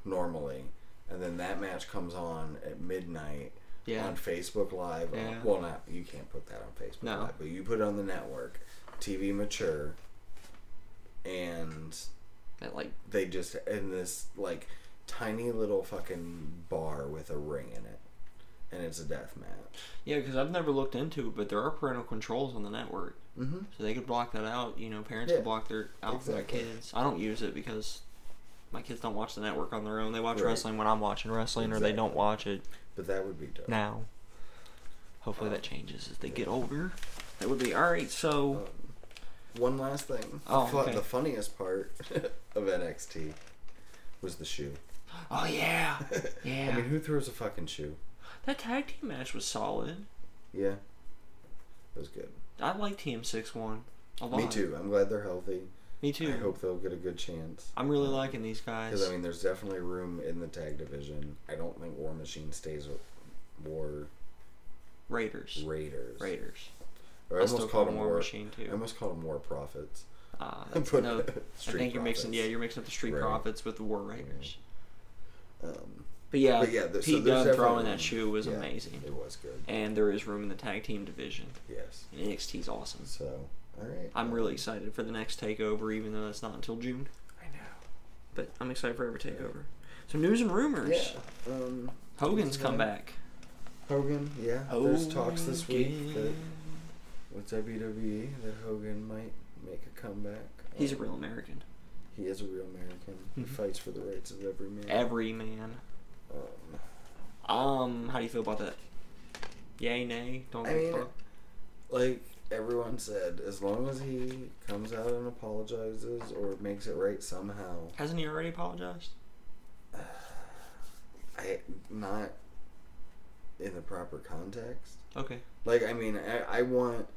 S1: normally, and then that match comes on at midnight
S2: yeah,
S1: on Facebook Live. on-
S2: Yeah.
S1: well, not you can't put that on Facebook
S2: No.
S1: Live, but you put it on the network, TV Mature, and
S2: That, like
S1: they just in this like tiny little fucking bar with a ring in it, and it's a death match.
S2: yeah, because I've never looked into it, but there are parental controls on the network,
S1: Mm-hmm.
S2: so they could block that out. You know, parents
S1: Yeah,
S2: could block their out
S1: exactly.
S2: for their kids. I don't use it because my kids don't watch the network on their own. They watch
S1: Right.
S2: wrestling when I'm watching wrestling, or they don't
S1: Exactly.
S2: watch it
S1: But that would be dope.
S2: now. Hopefully that changes as they get older. That would be all right. So
S1: Um, one last thing.
S2: Oh,
S1: Fu-
S2: okay.
S1: The funniest part of NXT was the shoe.
S2: oh yeah, yeah.
S1: I mean, who throws a fucking shoe?
S2: that tag team match was solid.
S1: Yeah, it was good.
S2: I like Team Six One a lot.
S1: Me too. I'm glad they're healthy.
S2: Me too.
S1: I hope they'll get a good chance.
S2: I'm really liking these guys.
S1: Because I mean, there's definitely room in the tag division. I don't think War Machine stays with War
S2: Raiders.
S1: Raiders.
S2: Raiders.
S1: Or I
S2: I, still
S1: almost
S2: call
S1: called
S2: them
S1: them
S2: War
S1: War.
S2: Machine
S1: I
S2: too.
S1: almost called them War Profits.
S2: Uh, that's,
S1: But-
S2: no, I
S1: Street
S2: think you're mixing.
S1: Profits.
S2: Yeah, you're mixing up the Street
S1: Right.
S2: Profits with the War Raiders.
S1: Um,
S2: But yeah,
S1: but yeah, th- so
S2: Pete
S1: there's
S2: Dunne
S1: definitely
S2: throwing
S1: room.
S2: that shoe was
S1: Yeah,
S2: amazing,
S1: It was good.
S2: and there is room in the tag team division.
S1: Yes.
S2: And NXT's awesome.
S1: So, all right.
S2: I'm really excited for the next takeover, even though that's not until June.
S1: I know.
S2: But I'm excited for every takeover. So news and rumors.
S1: Yeah. Um,
S2: Hogan's
S1: Yeah.
S2: come back.
S1: Hogan. Yeah. There's talks this week that
S2: Hogan.
S1: with WWE that Hogan might make a comeback.
S2: He's a
S1: Um,
S2: real American.
S1: He is a real American. He
S2: Mhm.
S1: fights for the rights of every man.
S2: Every man.
S1: Um,
S2: Um, how do you feel about that? Yay, nay, don't
S1: I
S2: give a
S1: mean,
S2: fuck.
S1: like everyone said, as long as he comes out and apologizes or makes it right somehow,
S2: Hasn't he already apologized?
S1: I not in the proper context.
S2: Okay.
S1: Like I mean, I, I want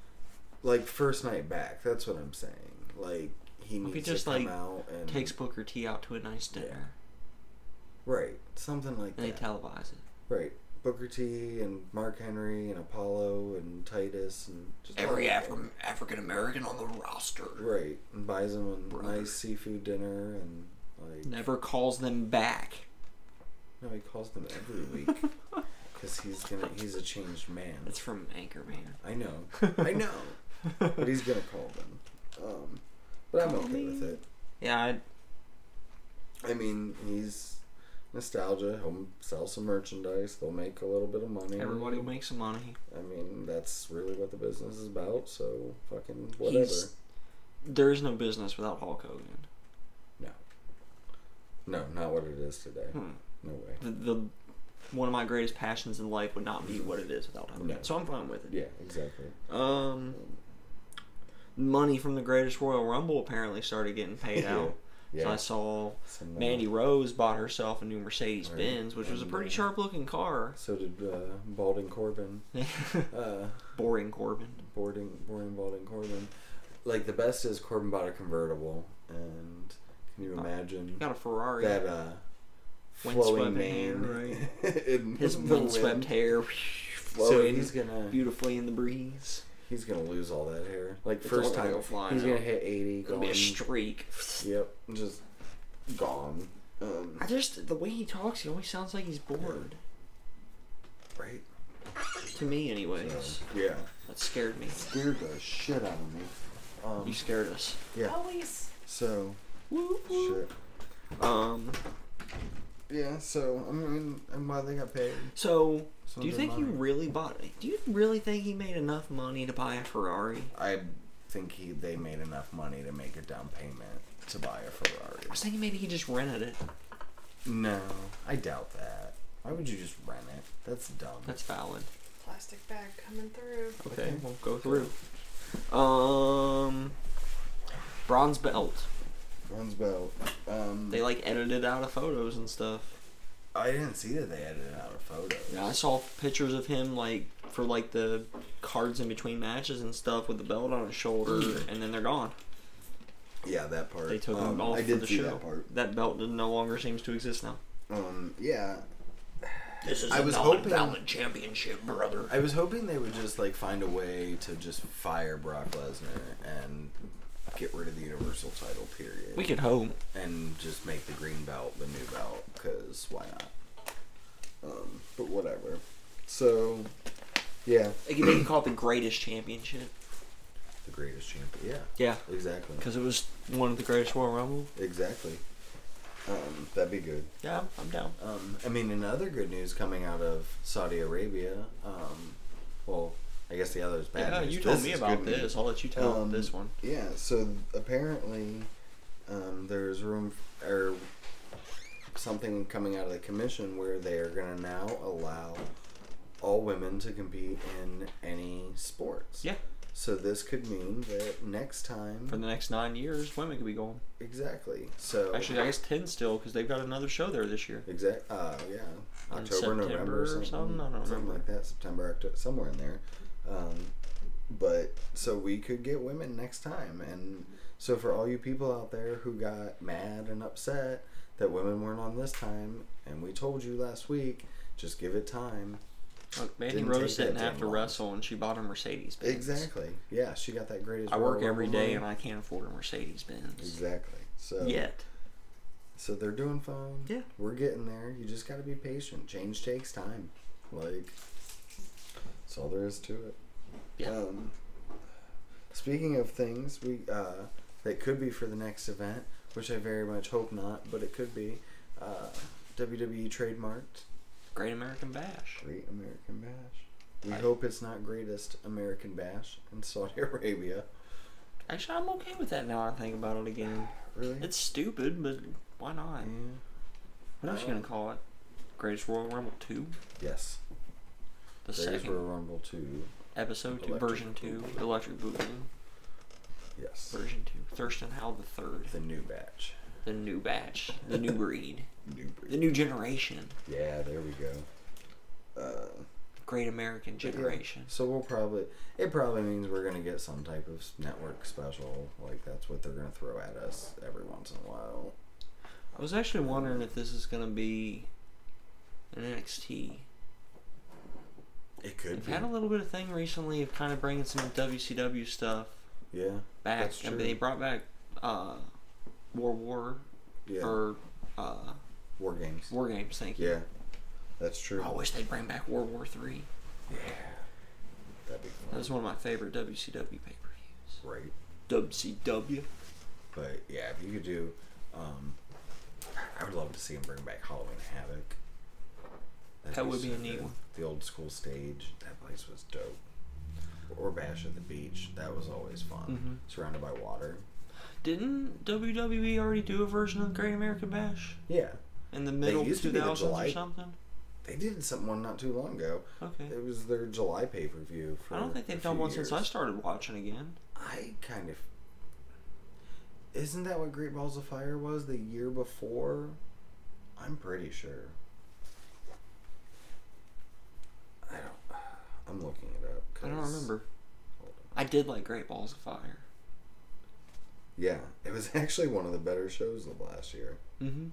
S1: like first night back. That's what I'm saying. Like he
S2: If
S1: needs
S2: he just
S1: to come
S2: like
S1: out and
S2: takes Booker T out to a nice dinner
S1: right something like
S2: and they
S1: that.
S2: televise it.
S1: right, Booker T and Mark Henry and Apollo and Titus and just
S2: Every
S1: all-
S2: Afri- African American on the roster.
S1: right and buys them a
S2: Brother.
S1: nice seafood dinner and like
S2: Never calls them back.
S1: no he calls them every week because he's gonna he's a changed man.
S2: That's from Anchorman.
S1: I know, I know, but he's gonna call them. Um, but I'm
S2: Call
S1: okay
S2: me.
S1: with it.
S2: Yeah, I,
S1: I mean, he's nostalgia. He'll sell some merchandise. They'll make a little bit of money.
S2: everybody will make some money.
S1: I mean, that's really what the business is about. So fucking whatever.
S2: He's- There is no business without Hulk Hogan.
S1: No, not what it is today.
S2: Hmm.
S1: No way.
S2: The, the one of my greatest passions in life would not be what it is without Hogan.
S1: No.
S2: So I'm fine with it.
S1: Yeah, exactly.
S2: Um, money from the Greatest Royal Rumble apparently started getting paid out. So I
S1: Yeah.
S2: saw
S1: So,
S2: Mandy Rose bought herself a new Mercedes
S1: Right.
S2: Benz, which was a
S1: And,
S2: pretty
S1: uh,
S2: sharp looking car.
S1: So did uh, Balding Corbin. Uh,
S2: Boring Corbin.
S1: boarding, boarding Balding Corbin. Like the best is Corbin bought a convertible, and can you
S2: Oh,
S1: imagine
S2: Got a Ferrari.
S1: that uh,
S2: Windswept
S1: flowing man?
S2: hand, right.
S1: in
S2: His
S1: the wind.
S2: windswept hair
S1: So
S2: flowing
S1: he's gonna
S2: beautifully in the breeze.
S1: he's gonna lose all that hair. Like
S2: It's all
S1: first
S2: gonna
S1: time
S2: go flying
S1: he's gonna
S2: out.
S1: hit eighty.
S2: It'll
S1: Going,
S2: be a streak.
S1: yep, just gone. Um,
S2: I just the way he talks, he always sounds like he's bored.
S1: right?
S2: To me, anyways.
S1: Yeah,
S2: That scared me.
S1: scared the shit out of me.
S2: You
S1: Um,
S2: scared us.
S1: yeah.
S3: Always.
S1: So
S2: Whoop, whoop.
S1: shit.
S2: Um.
S1: Yeah. So I mean, and why they got paid?
S2: So,
S1: So
S2: do you
S1: did
S2: think he
S1: mine.
S2: really bought? Do you really think he made enough money to buy a Ferrari?
S1: I think he they made enough money to make a down payment to buy a Ferrari.
S2: I was thinking maybe he just rented it.
S1: No, I doubt that. Why would you just rent it? That's dumb.
S2: That's valid.
S3: Plastic bag coming through.
S2: Okay, we'll go through. Um, bronze belt.
S1: Runs belt. Um,
S2: They like edited out of photos and stuff.
S1: I didn't see that they edited out a photo.
S2: Yeah, I saw pictures of him like for like the cards in between matches and stuff with the belt on his shoulder, and then they're gone.
S1: Yeah, that part.
S2: They took
S1: um,
S2: him off
S1: I did
S2: for the
S1: see
S2: show.
S1: that part.
S2: That belt no longer seems to exist now.
S1: Um, yeah,
S2: This is
S1: I a was hoping- non-valid
S2: championship, brother.
S1: I was hoping they would just like find a way to just fire Brock Lesnar and get rid of the Universal Title period,
S2: We could hope.
S1: and just make the green belt the new belt because why not? Um, but whatever. So, yeah,
S2: They could, they could call it the greatest championship.
S1: the greatest champion. Yeah,
S2: Yeah,
S1: exactly,
S2: because it was one of the greatest Royal Rumble.
S1: exactly. Um, that'd be good.
S2: Yeah, I'm, I'm down.
S1: Um, I mean, another good news coming out of Saudi Arabia. Um, well, I guess the other is bad
S2: yeah,
S1: news.
S2: you told
S1: This
S2: me
S1: is
S2: about
S1: good news.
S2: this. I'll let you tell
S1: Um,
S2: this one.
S1: Yeah, so apparently um, there's room f- or something coming out of the commission where they are going to now allow all women to compete in any sports.
S2: Yeah,
S1: So this could mean that next time.
S2: for the next nine years, women could be going.
S1: exactly. So.
S2: Actually, I guess ten still because they've got another show there this year.
S1: Exact. Uh, yeah.
S2: In
S1: October,
S2: September
S1: November,
S2: or
S1: or something.
S2: something? I don't
S1: something
S2: remember.
S1: like that. September, October, somewhere in there. Um, but so we could get women next time, and so for all you people out there who got mad and upset that women weren't on this time, and we told you last week, just give it time.
S2: Look, Mandy
S1: Didn't
S2: Rose
S1: take that
S2: didn't have
S1: damn
S2: to
S1: long.
S2: wrestle, and she bought a Mercedes. Benz.
S1: Exactly. Yeah, she got that greatest.
S2: I work
S1: Royal
S2: every
S1: Rumble
S2: day, and
S1: moment.
S2: I can't afford a Mercedes Benz
S1: Exactly. So
S2: yet.
S1: So they're doing fine.
S2: Yeah.
S1: We're getting there. You just got to be patient. Change takes time. Like, that's all there is to it.
S2: Yeah.
S1: Um, speaking of things we uh, that could be for the next event, which I very much hope not, but it could be. Uh, WWE trademarked
S2: Great American Bash.
S1: Great American Bash. We
S2: I-
S1: hope it's not Greatest American Bash in Saudi Arabia.
S2: Actually, I'm okay with that now. I think about it again.
S1: Really?
S2: It's stupid, but why not?
S1: yeah.
S2: What else you gonna call it? Greatest Royal Rumble two,
S1: Yes.
S2: the
S1: There's
S2: second
S1: Royal Rumble 2.
S2: episode two,
S1: Electric
S2: version two,
S1: Boogaloo.
S2: Electric Boogaloo,
S1: Yes.
S2: version two, Thurston Howell the third,
S1: The new batch.
S2: the new batch, the new breed,
S1: New breed.
S2: the new generation,
S1: Yeah, there we go. Uh,
S2: Great American generation.
S1: So we'll probably it probably means we're gonna get some type of s- network special. Like that's what they're gonna throw at us every once in a while.
S2: I was actually wondering if this is gonna be an NXT
S1: It could
S2: I've
S1: be.
S2: had a little bit of thing recently of kind of bringing some WCW stuff
S1: Yeah.
S2: back.
S1: That's
S2: I mean,
S1: true.
S2: they brought back uh, War War
S1: Yeah.
S2: or uh,
S1: War games.
S2: War Games. Thank you.
S1: Yeah. That's true.
S2: I wish they'd bring back World War Three.
S1: Yeah. That'd be
S2: That
S1: fun.
S2: was one of my favorite WCW pay per
S1: Great.
S2: views. WCW.
S1: But yeah, if you could do, um, I would love to see him bring back Halloween Havoc. That'd
S2: That would be
S1: so
S2: a neat
S1: good.
S2: one.
S1: The old school stage, that place was dope. Or Bash at the Beach, that was always fun.
S2: Mhm.
S1: Surrounded by water.
S2: Didn't WWE already do a version of Great American Bash
S1: Yeah,
S2: in the middle
S1: used to
S2: two
S1: be the
S2: thousands or
S1: July-
S2: something?
S1: they did some one not too long ago.
S2: Okay.
S1: It was their July pay per view.
S2: I don't think they've done one since I started watching again.
S1: I kind of. Isn't that what Great Balls of Fire was the year before? I'm pretty sure. I don't. I'm looking it up.
S2: I don't
S1: 'cause-
S2: remember.
S1: Hold on.
S2: I did like Great Balls of Fire.
S1: Yeah, it was actually one of the better shows of last year.
S2: Mm-hmm.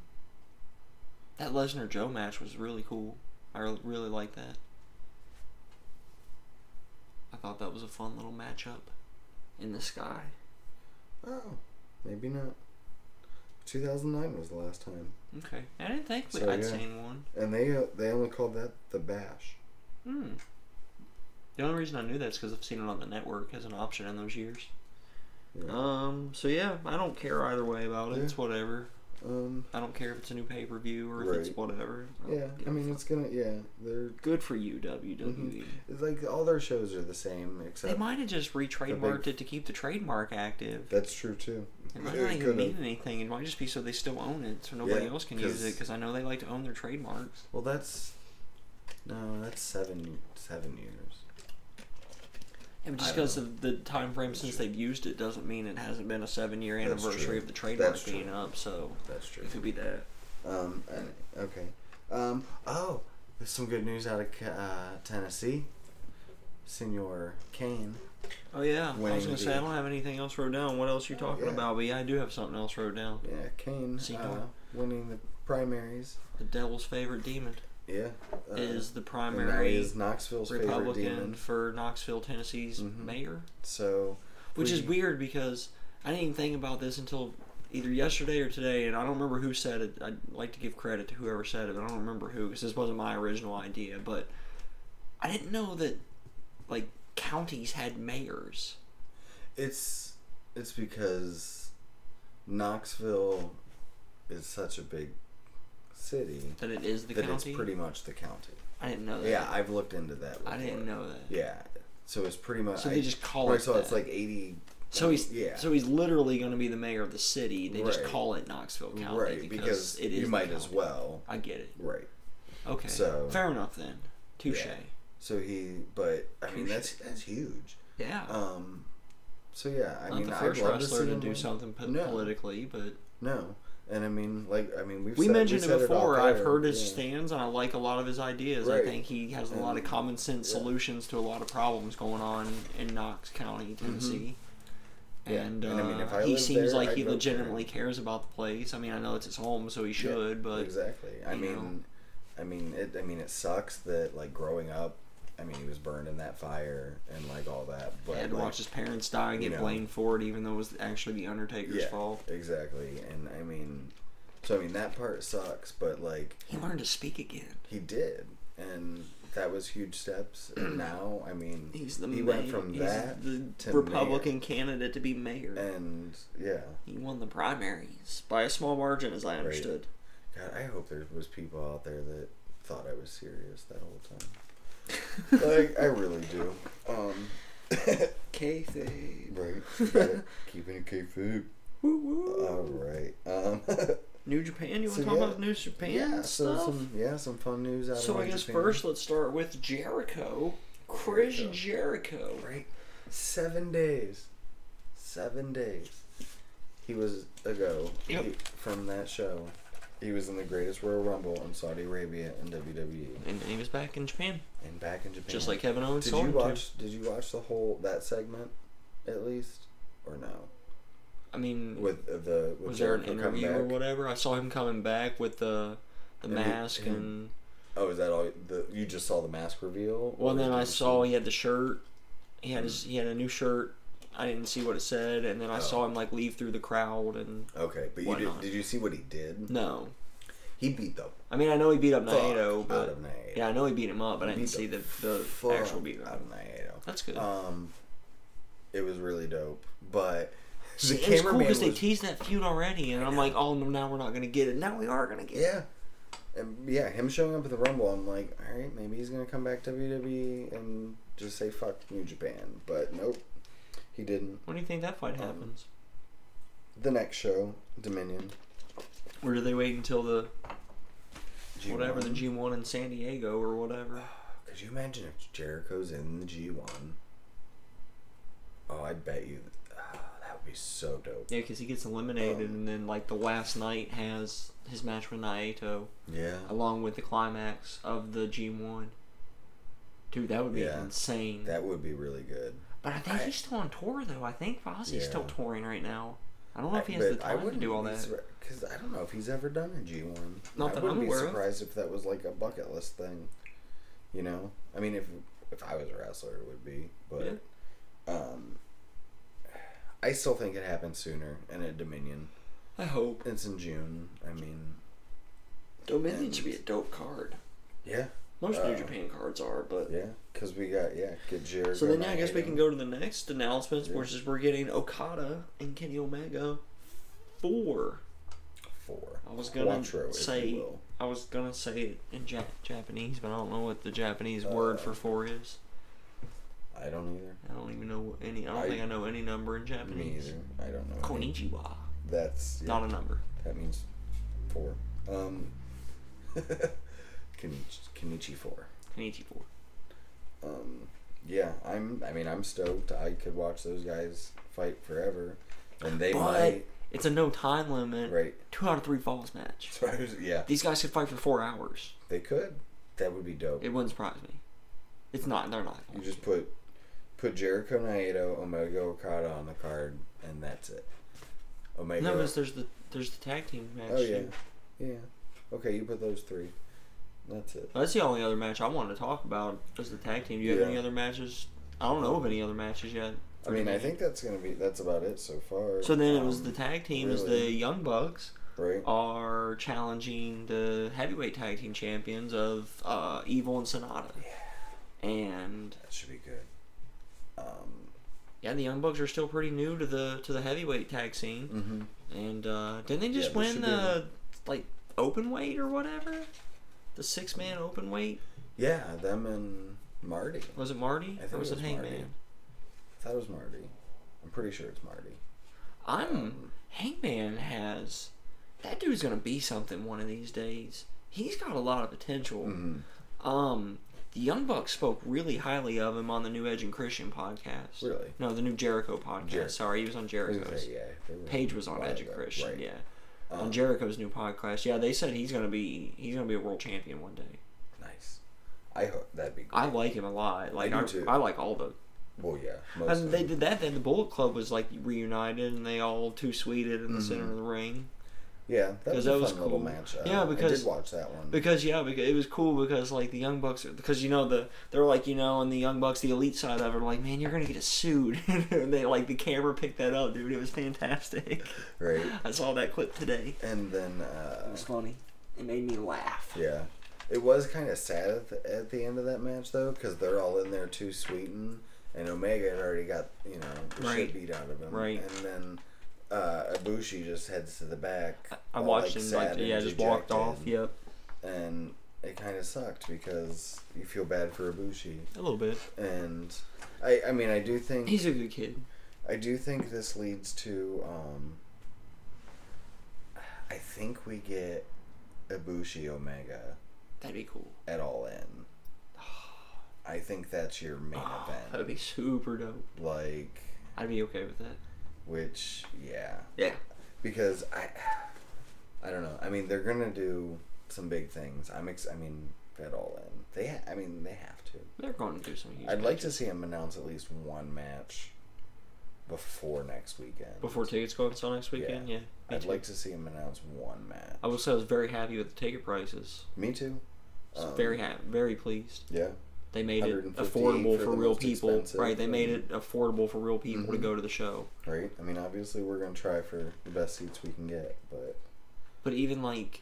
S2: That Lesnar Joe match was really cool. I re- really liked that. I thought that was a fun little matchup in the sky.
S1: Oh, maybe not. 2009 was the last time,
S2: Okay, I didn't think we,
S1: So,
S2: I'd
S1: yeah.
S2: seen one.
S1: and they uh, they only called that the Bash.
S2: Hmm. The only reason I knew that's because I've seen it on the network as an option in those years.
S1: Yeah.
S2: Um. So yeah, I don't care either way about it.
S1: Yeah.
S2: It's whatever.
S1: um.
S2: I don't care if it's a new pay per view or if it's
S1: Right.
S2: whatever. don't
S1: Yeah,
S2: give
S1: I
S2: a
S1: mean
S2: fuck.
S1: it's gonna. Yeah, they're mm-hmm.
S2: good for you, E. WWE.
S1: it's like all their shows are the same except
S2: They might have just retrademarked it to keep the trademark active.
S1: That's true too.
S2: It might
S1: They
S2: not even
S1: could've-
S2: mean anything. It might just be so they still own it, so nobody
S1: Yeah,
S2: else can use
S1: 'cause-
S2: it. Because I know they like to own their trademarks.
S1: Well, that's no, that's seven seven years.
S2: And just
S1: I don't
S2: because
S1: know.
S2: of the time frame
S1: That's
S2: since
S1: true.
S2: they've used it doesn't mean it hasn't been a seven-year
S1: That's true.
S2: anniversary of the trademark
S1: That's
S2: being
S1: true.
S2: up. So
S1: That's true.
S2: it could be that.
S1: Um. and- Okay. Um. Oh, there's some good news out of Ca- uh, Tennessee. Senor Kane.
S2: Oh yeah, I
S1: Winning
S2: was gonna
S1: the-
S2: say I don't have anything else wrote down. What else are you talking
S1: yeah.
S2: about? But yeah, I do have something else wrote down.
S1: Yeah, Kane. Uh,
S2: Senor.
S1: winning the primaries.
S2: The devil's favorite demon
S1: Yeah. Uh,
S2: is the
S1: and now
S2: primary
S1: he's Knoxville's favorite
S2: Republican
S1: demon.
S2: for Knoxville, Tennesse's
S1: Mhm.
S2: mayor.
S1: So.
S2: Which is
S1: we-
S2: weird because I didn't even think about this until either yesterday or today, and I don't remember who said it. I'd like to give credit to whoever said it, but I don't remember who because this wasn't my original idea. But I didn't know that like counties had mayors.
S1: It's it's because Knoxville is such a big city
S2: That it is the
S1: that
S2: county.
S1: it's pretty much the county.
S2: I didn't know that.
S1: Yeah, I've looked into that.
S2: I didn't
S1: before.
S2: know that.
S1: Yeah, so it's pretty much.
S2: So
S1: I,
S2: they just call
S1: when I
S2: it
S1: saw it's
S2: that.
S1: like eighty.
S2: So he's
S1: yeah.
S2: So he's literally going to be the mayor of the city. They just
S1: Right.
S2: call it Knoxville County
S1: right because,
S2: it is
S1: you
S2: the
S1: might as
S2: county.
S1: well.
S2: I get it.
S1: Right.
S2: Okay.
S1: So-
S2: fair enough then. Touche.
S1: Yeah. So he, but I mean
S2: Touche.
S1: that's that's huge.
S2: Yeah.
S1: Um. So yeah, I
S2: Not
S1: mean
S2: the
S1: I'd
S2: first
S1: love to
S2: wrestler
S1: see
S2: to,
S1: him
S2: do
S1: win.
S2: something po-
S1: No.
S2: politically, but
S1: No, and I mean like I mean we've
S2: we
S1: said-
S2: mentioned
S1: said
S2: it
S1: all
S2: before. I've
S1: there,
S2: heard his
S1: yeah.
S2: stands, and I like a lot of his ideas.
S1: Right.
S2: I think he has a lot of
S1: And-
S2: common sense
S1: yeah.
S2: solutions to a lot of problems going on in Knox County, Tennessee.
S1: Mm-hmm. Yeah,
S2: And,
S1: and I mean,
S2: uh,
S1: if I
S2: he
S1: lived
S2: seems
S1: there,
S2: like
S1: I'd
S2: he
S1: vote for him.
S2: legitimately cares about the place. I mean, I know it's his home, so he
S1: Yeah,
S2: should, but
S1: exactly. I
S2: you
S1: mean,
S2: know.
S1: I mean it. I mean it sucks that like growing up, I mean he was burned in that fire and like all that. But
S2: had to
S1: like,
S2: watch his parents die and
S1: you
S2: get
S1: know.
S2: blamed for it, even though it was actually the Undertaker's fault.
S1: Exactly, and I mean, so I mean that part sucks, but like
S2: He learned to speak again.
S1: he did, and that was huge steps. And now, I mean,
S2: He's the
S1: he
S2: mayor.
S1: went from
S2: He's
S1: that
S2: the
S1: to
S2: Republican candidate to be mayor.
S1: mayor. and yeah.
S2: he won the primaries by a small margin, as I understood.
S1: God, I hope there was people out there that thought I was serious that whole time. like I really do. Um,
S2: Kayfabe.
S1: right, but keeping it kayfabe.
S2: Woo woo.
S1: All right. Um,
S2: New Japan. You want
S1: so
S2: to talk
S1: yeah.
S2: about New Japan
S1: yeah. So
S2: stuff?
S1: some yeah some fun news out
S2: so
S1: of
S2: I guess
S1: Japan.
S2: first let's start with Jericho, Chris
S1: Jericho.
S2: Jericho.
S1: right seven days, seven days. He was ago
S2: Yep.
S1: he- from that show. He was in the Greatest Royal Rumble in Saudi Arabia and WWE
S2: And he was back in Japan,
S1: and back in Japan.
S2: just like Kevin Owens.
S1: did
S2: told
S1: you
S2: him to.
S1: watch? Did you watch the whole that segment, at least, or no?
S2: I mean,
S1: With uh, the with
S2: was there an
S1: Jericho come
S2: interview or
S1: back?
S2: whatever? I saw him coming back with the the
S1: And he-
S2: mask
S1: him-
S2: and
S1: Oh, is that all? The you just saw the mask reveal?
S2: Well,
S1: Or
S2: then
S1: did
S2: I
S1: you
S2: saw
S1: see-
S2: he had the shirt. He had his, he had a new shirt. I didn't see what it said, and then I
S1: Oh.
S2: saw him like leave through the crowd, and
S1: Okay, but you
S2: Why
S1: did,
S2: not?
S1: did you see what he did?
S2: no,
S1: He beat the
S2: I mean I know he beat up
S1: fuck
S2: Naito,
S1: out
S2: but
S1: of Naito.
S2: yeah, I know he beat him up, but I
S1: Beat
S2: didn't see the the
S1: fuck
S2: actual beat
S1: out
S2: up.
S1: of Naito.
S2: That's good.
S1: Um, it was really dope, but the
S2: it was cool
S1: cameraman
S2: because they
S1: was-
S2: teased that feud already, and I'm like, oh no, now we're not gonna get it. Now we are gonna get it.
S1: yeah, and yeah, him showing up at the Rumble, I'm like, all right, maybe he's gonna come back to WWE and just say fuck New Japan, but nope, he didn't.
S2: When do you think that fight
S1: Um,
S2: happens?
S1: The next show, Dominion,
S2: Or do they wait until the
S1: G1.
S2: whatever the G1 in San Diego or whatever?
S1: Could you imagine if Jericho's in the G1? Oh, I bet you ah, that would be so dope.
S2: Yeah, because he gets eliminated,
S1: Um,
S2: and then like the last night has his match with Naito,
S1: Yeah.
S2: along with the climax of the G1. Dude, that would be
S1: Yeah.
S2: insane.
S1: That would be really good.
S2: but I think
S1: I-
S2: he's still on tour though. I think Fozzie's still
S1: Yeah.
S2: touring right now. I don't know if he has the time to do all that.
S1: Because I don't know if he's ever done a G1.
S2: Not
S1: I
S2: that
S1: wouldn't
S2: I'm
S1: be
S2: aware of.
S1: surprised if that was like a bucket list thing. You know? I mean, if if I was a wrestler, it would be. But um, I still think it happened sooner and at Dominion.
S2: I hope
S1: It's in June. I mean,
S2: Dominion
S1: And-
S2: should be a dope card.
S1: yeah.
S2: Most
S1: Uh,
S2: New Japan cards are, but
S1: Yeah. Because we got, yeah, get Jericho.
S2: so then yeah, I guess we
S1: Naito.
S2: can go to the next announcements,
S1: Yeah.
S2: which is we're getting Okada and Kenny Omega four.
S1: four.
S2: I was gonna
S1: Quattro, if you
S2: say
S1: will.
S2: I was gonna say it in ja- Japanese, but I don't know what the Japanese word
S1: Uh,
S2: for four is.
S1: I don't either.
S2: I don't even know any. I don't
S1: I-
S2: think I know any number in
S1: Me
S2: Japanese.
S1: either. I don't know. any.
S2: Konnichiwa.
S1: That's yeah,
S2: Not a number.
S1: that means four. Um, Kenichi, Kenichi four.
S2: Konnichiwa.
S1: Um, yeah, I'm. I mean, I'm stoked. I could watch those guys fight forever, and they
S2: But-
S1: might.
S2: It's a no time limit.
S1: Right.
S2: Two out of three falls match.
S1: So I was, yeah,
S2: These guys could fight for four hours.
S1: they could. That would be dope.
S2: It wouldn't surprise me. It's not. They're not.
S1: You
S2: going
S1: just
S2: to.
S1: put put Jericho, Naito, Omega, Okada on the card, and that's it. Omega.
S2: No, because there's the there's the tag team match.
S1: Oh yeah,
S2: too.
S1: yeah. Okay, you put those three. That's it.
S2: That's the only other match I wanted to talk about is the tag team. Do you have
S1: Yeah.
S2: any other matches? I don't know of any other matches yet.
S1: I mean, I think that's gonna be that's about it so far.
S2: So then it was
S1: Um,
S2: the tag team is
S1: really.
S2: the Young Bucks
S1: right.
S2: are challenging the heavyweight tag team champions of uh, Evil and Sonata. And
S1: That should be good. Um,
S2: yeah, the Young Bucks are still pretty new to the to the heavyweight tag scene.
S1: mhm.
S2: And uh, didn't they
S1: Yeah,
S2: just
S1: there
S2: win
S1: should be
S2: the like open weight or whatever? The six man open weight
S1: Yeah, them and Marty. I
S2: was it Marty
S1: I think
S2: or was
S1: it
S2: it,
S1: was
S2: Hangman?
S1: Marty. thought it was Marty. I'm pretty sure it's Marty. Um,
S2: I'm Hangman has that dude's gonna be something one of these days. He's got a lot of potential.
S1: Mhm.
S2: Um, the Young Bucks spoke really highly of him on the New Edge and Christian podcast.
S1: Really?
S2: No, the New Jericho podcast.
S1: Jericho.
S2: Sorry, he was on
S1: I was
S2: Jericho's.
S1: gonna say, yeah. they were
S2: Paige was on
S1: right
S2: Edge and
S1: there,
S2: Christian.
S1: right.
S2: Yeah,
S1: Um,
S2: on Jericho's new podcast. Yeah, they said he's gonna be he's gonna be a world champion one day.
S1: Nice. I hope that'd be. Great.
S2: I like him a lot. Like
S1: do
S2: I,
S1: too.
S2: I like all the
S1: Well, yeah. Most
S2: And
S1: of
S2: they
S1: them.
S2: did that. Then the Bullet Club was like reunited, and they all two sweeted in the
S1: Mhm.
S2: center of the ring.
S1: Yeah, that
S2: 'Cause
S1: was a
S2: that
S1: fun
S2: was
S1: little
S2: cool.
S1: match. Uh,
S2: Yeah,
S1: I
S2: because-
S1: did watch that one.
S2: Because yeah, because it was cool because like the Young Bucks, are- because you know the they're like you know and the Young Bucks, the elite side of it, are like man, you're gonna get a suit. and they like the camera picked that up, dude. It was fantastic.
S1: right.
S2: I saw that clip today.
S1: And then. Uh,
S2: It was funny. It made me laugh.
S1: Yeah. It was kind of sad at the, at the end of that match, though, because they're all in there too sweeten, and Omega had already got, you know, the
S2: Right.
S1: shit beat out of him.
S2: Right.
S1: And then uh, Ibushi just heads to the back.
S2: I
S1: all,
S2: watched him
S1: sad
S2: like
S1: and
S2: yeah, just walked
S1: dejected,
S2: off. Yep,
S1: And it kind of sucked because you feel bad for Ibushi.
S2: a little bit.
S1: And I, I mean, I do think.
S2: He's a good kid.
S1: I do think this leads to. Um, I think we get Ibushi Omega
S2: That'd be cool.
S1: at all in. I think that's your main
S2: That'd
S1: event.
S2: be super dope.
S1: Like,
S2: I'd be okay with that.
S1: which, yeah,
S2: Yeah.
S1: because I, I don't know. I mean, they're gonna do some big things. I'm ex- I mean, at all in. They, ha- I mean, they have to.
S2: They're going to do some huge
S1: I'd like to see him announce at least one match before next weekend.
S2: before tickets go on sale next weekend. Yeah, me
S1: I'd
S2: too.
S1: like to see him announce one match.
S2: I will say I was very happy with the ticket prices.
S1: Me too.
S2: So
S1: Um,
S2: very ha- very pleased.
S1: Yeah.
S2: They made it
S1: 150
S2: affordable
S1: for
S2: for,
S1: the
S2: real
S1: most
S2: people,
S1: expensive, um,
S2: right? They made
S1: and-
S2: it affordable for real people to
S1: Mhm.
S2: go to the show.
S1: Right. I mean, obviously, we're gonna try for the best seats we can get, but
S2: But even like,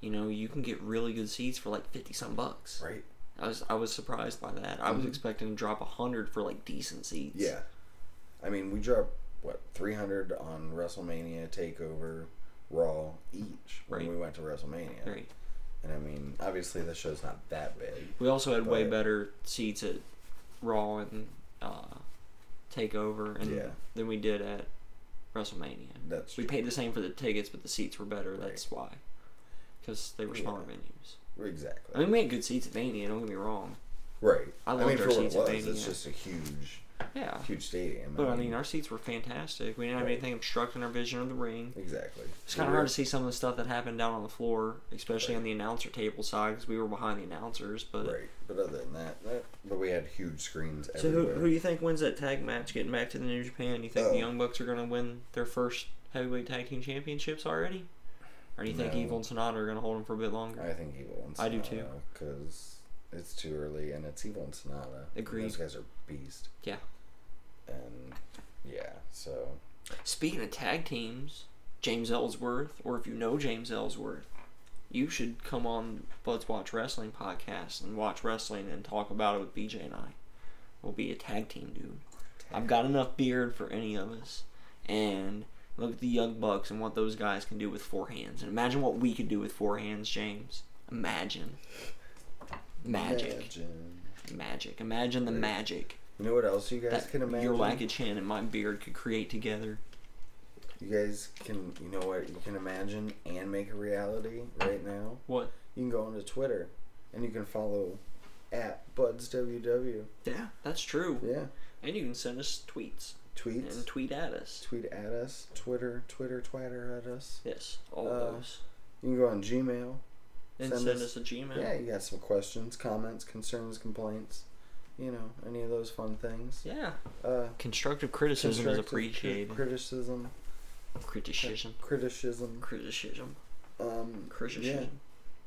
S2: you know, you can get really good seats for like fifty some bucks.
S1: right.
S2: I was I was surprised by that. I was
S1: Mhm.
S2: expecting to drop a hundred for like decent seats.
S1: Yeah. I mean, we dropped what 300 on WrestleMania Takeover Raw each when
S2: Right.
S1: we went to WrestleMania,
S2: Right.
S1: and I mean, obviously, the show's not that big.
S2: We also had way
S1: But-
S2: better seats at Raw and uh, Takeover, and
S1: Yeah.
S2: than we did at WrestleMania.
S1: That's
S2: We paid the same for the tickets, but the seats were better.
S1: Right.
S2: That's why, because they were smaller
S1: Yeah.
S2: venues.
S1: exactly
S2: I mean, we had good seats at Mania. Don't get me wrong.
S1: right.
S2: I
S1: I,
S2: loved
S1: mean,
S2: our
S1: for what it
S2: seats at
S1: was,
S2: Mania.
S1: it's just a huge,
S2: Yeah,
S1: huge stadium.
S2: but I mean, our seats were fantastic. We didn't have
S1: Right.
S2: anything obstructing our vision of the ring.
S1: exactly.
S2: It's kind of hard to see some of the stuff that happened down on the floor, especially on the announcer table side, because we were behind the announcers. But
S1: Right, but other than that, that but we had huge screens
S2: So who,
S1: everywhere.
S2: who do you think wins that tag match? Getting back to the New Japan, you think
S1: Oh.
S2: the Young Bucks are going to win their first heavyweight tag team championships already, or do you think
S1: No.
S2: Evil and Sonata are going to hold them for a bit longer?
S1: I think Evil and
S2: I do
S1: because it's too early and it's Evil and Sonata.
S2: Agreed.
S1: Those guys are beast.
S2: Yeah.
S1: And yeah, so
S2: Speaking of tag teams, James Ellsworth, or if you know James Ellsworth, you should come on Bud's Watch Wrestling podcast and watch wrestling and talk about it with BJ and I. We'll be a tag team dude. I've got enough beard for any of us. And look at the Young Bucks and what those guys can do with four hands. And imagine what we could do with four hands, James. Imagine. Magic.
S1: Imagine.
S2: Magic. Imagine the magic
S1: You know what else you guys
S2: that
S1: can imagine?
S2: your ragged chin and my beard could create together.
S1: You guys can you know what you can imagine and make a reality right now?
S2: What?
S1: You can go onto Twitter and you can follow at Buds WW.
S2: Yeah, that's true.
S1: Yeah.
S2: And you can send us tweets
S1: Tweets.
S2: and tweet at us.
S1: tweet at us. Twitter, Twitter, Twitter at us.
S2: Yes, all
S1: Uh,
S2: those.
S1: You can go on Gmail.
S2: And
S1: send
S2: send,
S1: us-
S2: us, a Gmail.
S1: Yeah, you got some questions, comments, concerns, complaints, you know, any of those fun things.
S2: Yeah.
S1: Uh,
S2: Constructive criticism is
S1: constructive
S2: appreciated.
S1: cri- criticism,
S2: criticism.
S1: criticism,
S2: Criticism.
S1: um,
S2: Criticism.
S1: Yeah.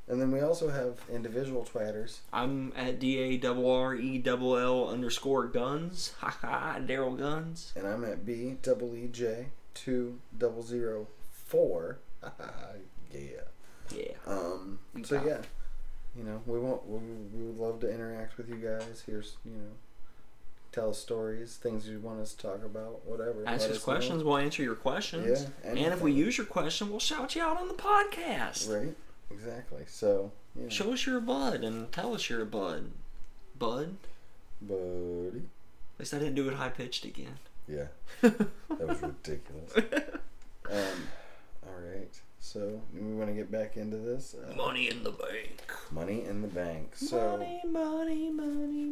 S1: And then we also have individual twatters.
S2: I'm at D A double R E double L underscore guns. Haha, Daryl Guns.
S1: and I'm at B double E J two double zero four. yeah.
S2: Yeah.
S1: Um.
S2: You
S1: So
S2: got it.
S1: yeah, you know, we want we, we would love to interact with you guys. Here's you know, tell us stories, things you want us to talk about, whatever.
S2: Ask
S1: Let
S2: us
S1: know.
S2: questions. We'll answer your questions.
S1: Yeah,
S2: and if we
S1: anything.
S2: use your question, we'll shout you out on the podcast.
S1: Right. Exactly. So. Yeah.
S2: Show us you're a bud and tell us you're a bud. Bud?
S1: Buddy.
S2: At least I didn't do it high pitched again.
S1: Yeah. That was ridiculous. um. All right. So we want to get back into this. Uh,
S2: Money in the bank.
S1: Money in the bank. So.
S2: money, money, money,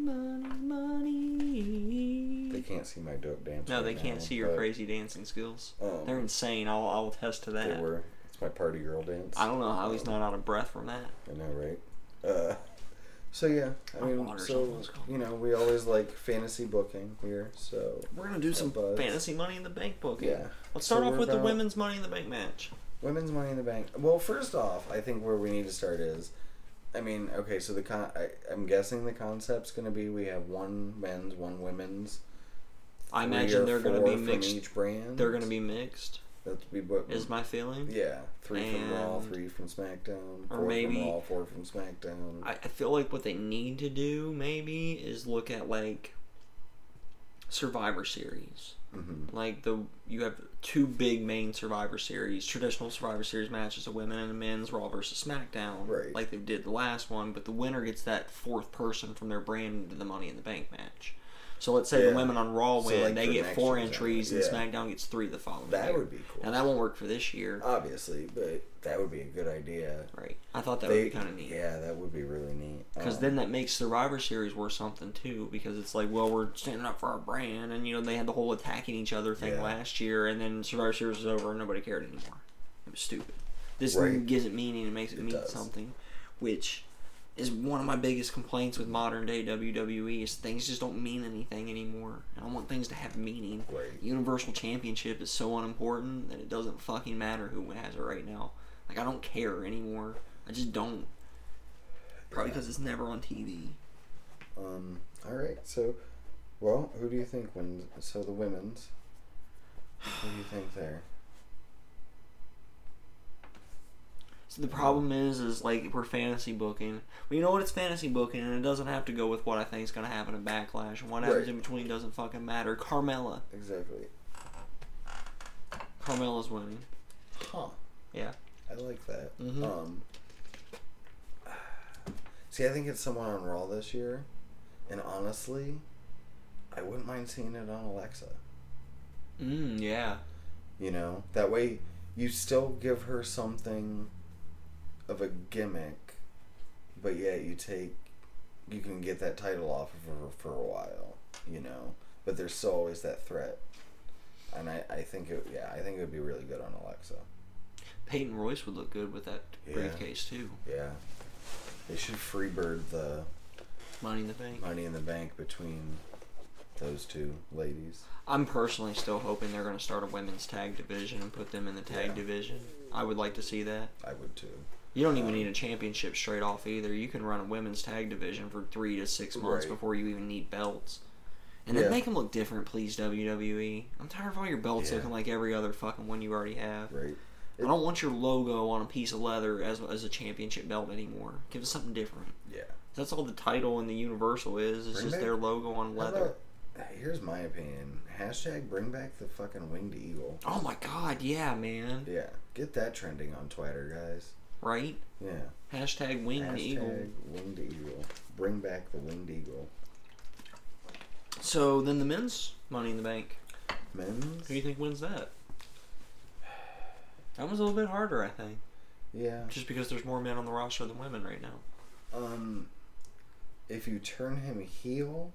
S2: money,
S1: They
S2: money.
S1: can't see my dope dance.
S2: No,
S1: right
S2: they can't
S1: now,
S2: see your
S1: but,
S2: crazy dancing skills.
S1: Um,
S2: They're insane. I'll, I'll attest to
S1: They
S2: that.
S1: were. It's my party girl dance.
S2: I don't know how he's not out of breath from that.
S1: I know, right? Uh, so yeah, I
S2: Oh,
S1: mean,
S2: water's
S1: so
S2: almost gone.
S1: you know, we always like fantasy booking here. So
S2: We're gonna do some
S1: Buds.
S2: fantasy money in the bank book.
S1: yeah,
S2: Let's start
S1: So
S2: off
S1: we're
S2: with the
S1: about-
S2: women's money in the bank match.
S1: women's money in the bank. Well, first off, I think where we need to start is, I mean, okay, so the con, I, I'm guessing the concept's gonna be we have one men's, one women's.
S2: I
S1: three
S2: imagine
S1: or
S2: they're gonna
S1: four
S2: be
S1: from
S2: mixed.
S1: Each brand.
S2: They're gonna be mixed.
S1: That's be what
S2: Is my feeling.
S1: Yeah, three from Raw,
S2: And-
S1: three from SmackDown,
S2: or
S1: four
S2: maybe-
S1: from Raw, four from SmackDown.
S2: I, I feel like what they need to do maybe is look at like Survivor Series.
S1: hmm
S2: like the you have two big main Survivor Series, traditional Survivor Series matches, a women and a men's Raw versus SmackDown,
S1: Right.
S2: like they did the last one. But the winner gets that fourth person from their brand into the Money in the Bank match. So let's say
S1: Yeah.
S2: the women on Raw
S1: So,
S2: win,
S1: like,
S2: they
S1: for
S2: get
S1: next
S2: four
S1: year's
S2: entries,
S1: round,
S2: and
S1: yeah.
S2: SmackDown gets three the following.
S1: That
S2: year.
S1: would be cool.
S2: Now that won't work for this year,
S1: Obviously, but that would be a good idea.
S2: right? I thought that
S1: They-
S2: would be kind of neat.
S1: Yeah, that would be really neat.
S2: Because
S1: Um,
S2: then that makes Survivor Series worth something too, because it's like, well, we're standing up for our brand, and you know they had the whole attacking each other thing
S1: Yeah.
S2: last year, and then Survivor Series was over, and nobody cared anymore. It was stupid. This
S1: Right.
S2: gives it meaning and makes it,
S1: It
S2: mean
S1: does.
S2: something, which is one of my biggest complaints with modern day WWE is things just don't mean anything anymore, and I want things to have meaning.
S1: Right.
S2: Universal Championship is so unimportant that it doesn't fucking matter who has it right now. Like I don't care anymore. I just don't. Probably because it's never on TV.
S1: Um. All right. So, well, who do you think wins? So the women's. Who do you think there?
S2: So the problem is, is like we're fantasy booking. We know what it's fantasy booking, and it doesn't have to go with what I think is going to happen in Backlash. And what happens
S1: Right.
S2: in between doesn't fucking matter. Carmella,
S1: Exactly.
S2: Carmella's winning.
S1: Huh.
S2: Yeah.
S1: I like that.
S2: Mhm.
S1: Um. See, I think it's someone on Raw this year, and honestly, I wouldn't mind seeing it on Alexa.
S2: Mm, yeah.
S1: You know, that way you still give her something of a gimmick, but yet you take you can get that title off of her for a while. You know, but there's still always that threat, and I I think it yeah I think it would be really good on Alexa.
S2: Peyton Royce would look good with that
S1: Yeah.
S2: briefcase too.
S1: Yeah, they should freebird the
S2: Money in the bank.
S1: Money in the Bank between those two ladies.
S2: I'm personally still hoping they're going to start a women's tag division and put them in the tag
S1: Yeah.
S2: division. I would like to see that.
S1: I would too.
S2: You don't even need a championship straight off either. You can run a women's tag division for three to six months
S1: Right.
S2: before you even need belts. And then
S1: Yeah.
S2: make them look different, please, WWE. I'm tired of all your belts
S1: Yeah.
S2: looking like every other fucking one you already have.
S1: Right.
S2: I don't want your logo on a piece of leather as, as a championship belt anymore. Give us something different.
S1: Yeah.
S2: That's all the title and the Universal is. It's
S1: Bring
S2: just
S1: back-
S2: their logo on
S1: How
S2: leather.
S1: about- here's my opinion. Hashtag bring back the fucking winged eagle.
S2: Oh my god, yeah, man.
S1: Yeah. Get that trending on Twitter, guys.
S2: Right?
S1: Yeah.
S2: Hashtag winged
S1: Hashtag
S2: eagle.
S1: winged eagle. Bring back the winged eagle.
S2: So then the men's Money in the Bank.
S1: Men's?
S2: Who do you think wins that? That one's a little bit harder, I think.
S1: Yeah.
S2: Just because there's more men on the roster than women right now.
S1: Um, if you turn him heel,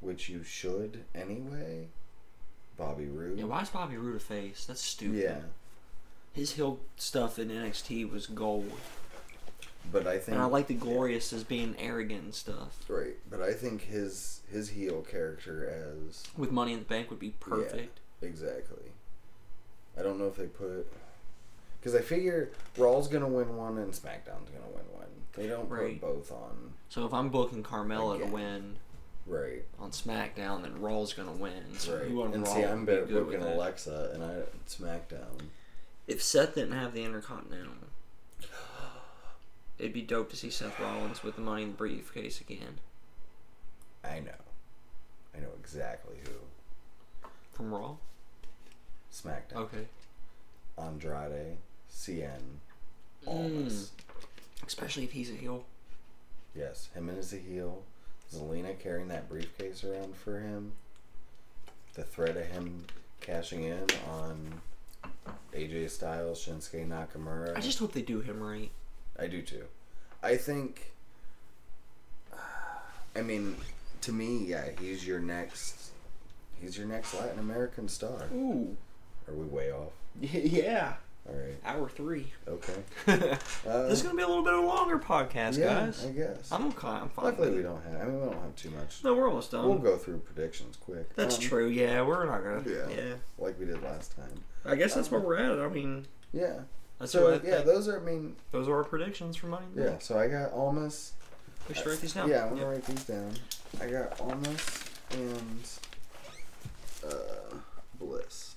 S1: which you should anyway, Bobby Roode.
S2: Yeah, why is Bobby Roode a face? That's stupid.
S1: Yeah,
S2: His heel stuff in NXT was gold.
S1: but I think
S2: And I like the glorious as being arrogant and stuff.
S1: Right, but I think his his heel character as
S2: With Money in the Bank would be perfect.
S1: exactly. I don't know if they put because I figure Raw's gonna win one and SmackDown's gonna win one. They don't
S2: Right.
S1: put both on.
S2: So if I'm booking Carmella
S1: Again.
S2: to win
S1: Right,
S2: on SmackDown, then Raw's gonna win. So
S1: right.
S2: who on
S1: And
S2: Raw
S1: see, I'm
S2: would be
S1: better
S2: good with
S1: booking
S2: that?
S1: Alexa and I SmackDown.
S2: If Seth didn't have the Intercontinental, it'd be dope to see Seth Rollins with the money in the briefcase again
S1: I know, I know exactly who
S2: from Raw.
S1: SmackDown.
S2: Okay.
S1: Andrade, CN, Almas.
S2: Especially if he's a heel.
S1: Yes, him as a heel. Zelina carrying that briefcase around for him. The threat of him cashing in on AJ Styles, Shinsuke Nakamura.
S2: I just hope they do him right.
S1: I do too. I think. I mean, to me, yeah, he's your next. He's your next Latin American star.
S2: Ooh.
S1: Are we way off?
S2: Yeah.
S1: All right.
S2: Hour three.
S1: Okay.
S2: this
S1: Uh,
S2: is gonna be a little bit of a longer podcast,
S1: yeah,
S2: guys.
S1: I guess.
S2: I'm okay. I'm fine.
S1: Luckily,
S2: with
S1: we
S2: it.
S1: don't have. I mean, we don't have too much.
S2: No, we're almost done.
S1: We'll go through predictions quick.
S2: That's
S1: Um,
S2: true. Yeah, we're not gonna.
S1: Yeah.
S2: Yeah.
S1: Like we did last time.
S2: I guess that's
S1: Um,
S2: where we're at. I mean,
S1: Yeah.
S2: that's
S1: so
S2: what I
S1: yeah,
S2: think.
S1: those are I mean
S2: those are our predictions for Money. in the
S1: yeah.
S2: Bank.
S1: So I got almost.
S2: We should write these down.
S1: Yeah, I'm gonna
S2: Yep.
S1: write these down. I got almost and uh, bliss.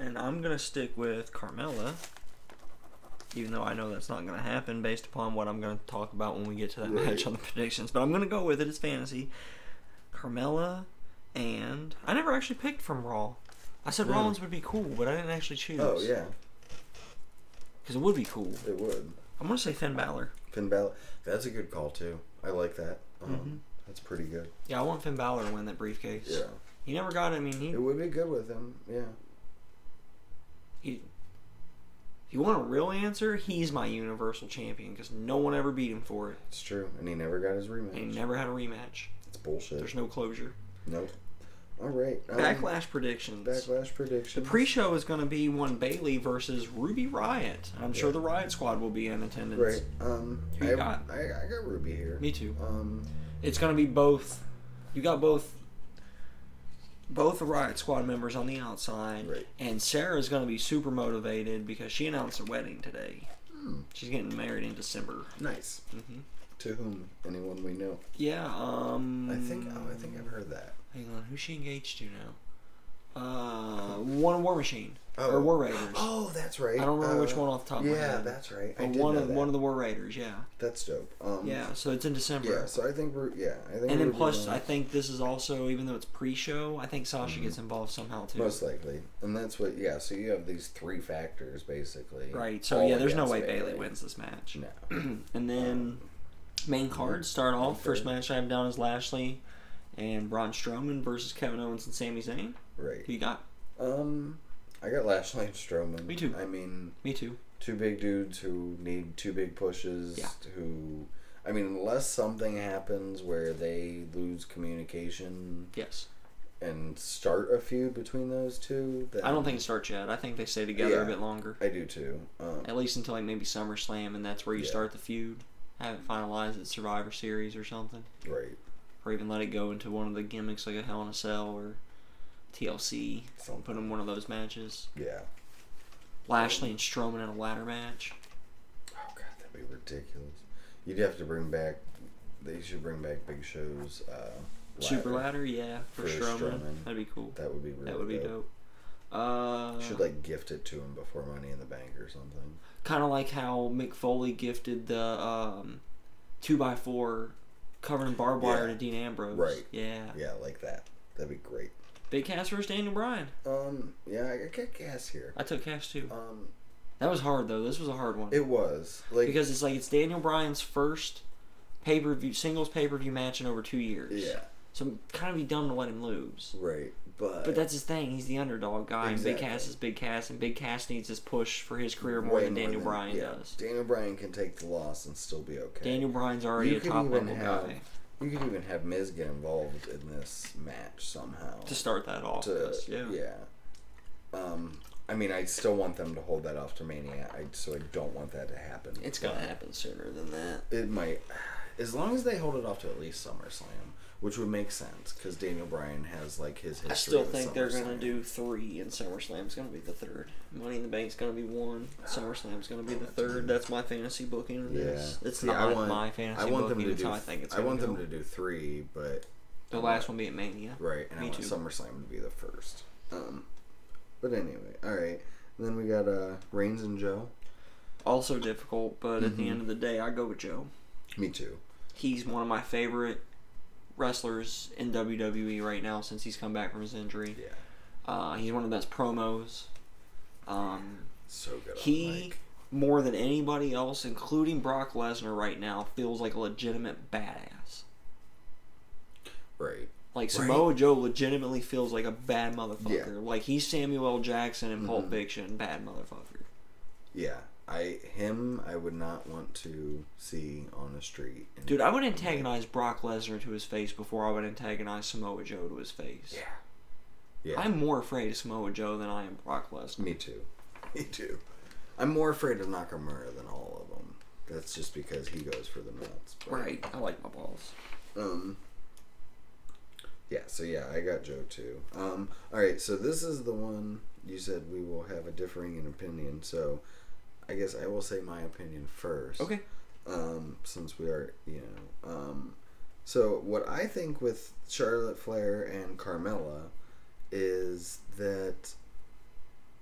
S2: And I'm gonna stick with Carmella, even though I know that's not gonna happen based upon what I'm gonna talk about when we get to that
S1: Right.
S2: match on the predictions. But I'm gonna go with it. It's fantasy. Carmella, and I never actually picked from Raw. I said
S1: Really?
S2: Rollins would be cool, but I didn't actually choose.
S1: Oh yeah,
S2: because it would be cool.
S1: it would.
S2: I'm gonna say Finn Balor.
S1: Finn Balor. That's a good call too. I like that. Um,
S2: Mm-hmm.
S1: That's pretty good.
S2: Yeah, I want Finn Balor to win that briefcase.
S1: Yeah,
S2: He never got. it. I mean, he
S1: it would be good with him. Yeah.
S2: he. If you want a real answer, he's my Universal Champion because no one ever beat him for it.
S1: It's true, and he never got his rematch.
S2: And he never had a rematch.
S1: It's bullshit.
S2: There's no closure.
S1: nope. All right. um,
S2: Backlash predictions.
S1: Backlash
S2: The
S1: prediction.
S2: pre-show is going to be one Bailey versus Ruby Riot. I'm sure
S1: Yeah.
S2: the Riot Squad will be in attendance.
S1: Right. Um.
S2: Who you
S1: I,
S2: got?
S1: I, I got Ruby here.
S2: Me too.
S1: Um.
S2: It's going to be both. You got both. Both the Riot Squad members on the outside,
S1: Right.
S2: and Sarah's going to be super motivated because she announced her wedding today. She's getting married in December.
S1: hmm, Nice.
S2: hmm
S1: To whom? Anyone we know.
S2: Yeah. Um.
S1: I think. Oh, I think I've heard that.
S2: Hang on, who's she engaged to now? Uh, one War Machine
S1: Oh.
S2: or War Raiders.
S1: Oh, that's right.
S2: I don't remember
S1: Uh,
S2: which one off the top of my
S1: Yeah,
S2: head.
S1: that's right. I
S2: But
S1: did
S2: one
S1: know
S2: of
S1: that.
S2: one of the War Raiders. Yeah.
S1: That's dope. Um,
S2: Yeah. So it's in December.
S1: Yeah. So I think we're. Yeah. I think.
S2: and
S1: we're
S2: then plus,
S1: doing-
S2: I think this is also even though it's pre-show, I think Sasha gets involved somehow too.
S1: Mm-hmm. Most likely, and that's what. Yeah. So you have these three factors basically.
S2: Right. So
S1: all
S2: yeah, there's no
S1: against
S2: way Bailey wins this match.
S1: No. Mm-hmm.
S2: And then main card start off. First
S1: Okay.
S2: match I have down is Lashley and Braun Strowman versus Kevin Owens and Sami Zayn. Who
S1: Right.
S2: you got?
S1: Um, I got Lashley and Strowman.
S2: Me too.
S1: I mean,
S2: Me too.
S1: two big dudes who need two big pushes.
S2: Yeah.
S1: Who, I mean, unless something happens where they lose communication
S2: Yes.
S1: and start a feud between those two, then
S2: I don't think it starts yet. I think they stay together a
S1: Yeah.
S2: bit longer.
S1: I do too. Um,
S2: At least until like maybe SummerSlam, and that's where you
S1: Yeah.
S2: start the feud. Have it finalized at Survivor Series or something,
S1: right.
S2: or even let it go into one of the gimmicks like a Hell in a Cell or TLC.
S1: Something.
S2: Put in one of those matches.
S1: Yeah.
S2: Lashley and Strowman in a ladder match.
S1: Oh god, that'd be ridiculous. You'd have to bring back. They should bring back Big Show's uh,
S2: Super ladder, yeah, for,
S1: For
S2: Strowman.
S1: Strowman.
S2: That'd be cool.
S1: That would be really.
S2: that would be dope. Uh,
S1: Should like gift it to him before Money in the Bank or something.
S2: kind of like how Mick Foley gifted the um, two by four covered in barbed wire
S1: Yeah.
S2: to Dean Ambrose.
S1: Right.
S2: Yeah.
S1: Yeah, like that. That'd be great.
S2: Big Cass versus Daniel Bryan.
S1: Um, yeah, I get gas here.
S2: I took Cass too.
S1: Um,
S2: That was hard though. This was a hard one
S1: it was like
S2: because it's like it's Daniel Bryan's first pay per view singles pay per view match in over two years.
S1: yeah,
S2: So kind of be dumb to let him lose.
S1: right, but
S2: But that's his thing. He's the underdog guy. And Big
S1: Exactly.
S2: Cass is Big Cass, and Big Cass needs his push for his career more
S1: way
S2: than Daniel Bryan
S1: yeah,
S2: does.
S1: Daniel Bryan can take the loss and still be okay.
S2: Daniel Bryan's already
S1: You
S2: a
S1: could
S2: top
S1: even
S2: level
S1: have-
S2: guy
S1: you could even have Miz get involved in this match somehow.
S2: to start that off.
S1: to
S2: 'cause, yeah.
S1: yeah. Um, I mean, I still want them to hold that off to Mania. I so I don't want that to happen.
S2: It's gonna happen sooner than that.
S1: It might, as long as they hold it off to at least SummerSlam, which would make sense because Daniel Bryan has like his. History
S2: I still
S1: with
S2: think they're gonna
S1: SummerSlam.
S2: do three, and SummerSlam's gonna be the third. Money in the Bank's gonna be one. SummerSlam's gonna be the third. That's my fantasy booking of this. It's
S1: See,
S2: not
S1: I want,
S2: my fantasy
S1: I want
S2: booking.
S1: them to
S2: it's
S1: do.
S2: how I think it's.
S1: I
S2: gonna
S1: want them
S2: go.
S1: to do three, but
S2: The last one be at Mania.
S1: right, and
S2: Me
S1: I want
S2: too.
S1: SummerSlam to be the first. Um, but anyway, all right. And then we got uh, Reigns and Joe.
S2: Also difficult, but at
S1: Mm-hmm.
S2: the end of the day, I go with Joe.
S1: Me too.
S2: He's one of my favorite wrestlers in WWE right now since he's come back from his injury.
S1: Yeah,
S2: Uh, he's one of the best promos. Um,
S1: so good. on
S2: He,
S1: Mike.
S2: more than anybody else, including Brock Lesnar right now, feels like a legitimate badass.
S1: right.
S2: Like
S1: Right.
S2: Samoa Joe legitimately feels like a bad motherfucker.
S1: Yeah. Mm-hmm.
S2: Like he's Samuel L. Jackson in Pulp Fiction, bad motherfucker.
S1: Yeah, I him I would not want to see on the street. And,
S2: Dude, I would antagonize Brock Lesnar to his face before I would antagonize Samoa Joe to his face.
S1: Yeah. Yeah.
S2: I'm more afraid of Samoa Joe than I am Brock Lesnar.
S1: Me too. Me too. I'm more afraid of Nakamura than all of them. That's just because he goes for the nuts. but-
S2: Right, I like my balls.
S1: Um. Yeah. So yeah, I got Joe too. Um. All right. So this is the one you said we will have a differing in opinion. So I guess I will say my opinion first.
S2: Okay.
S1: Um. Since we are, you know. Um. So what I think with Charlotte Flair and Carmella is that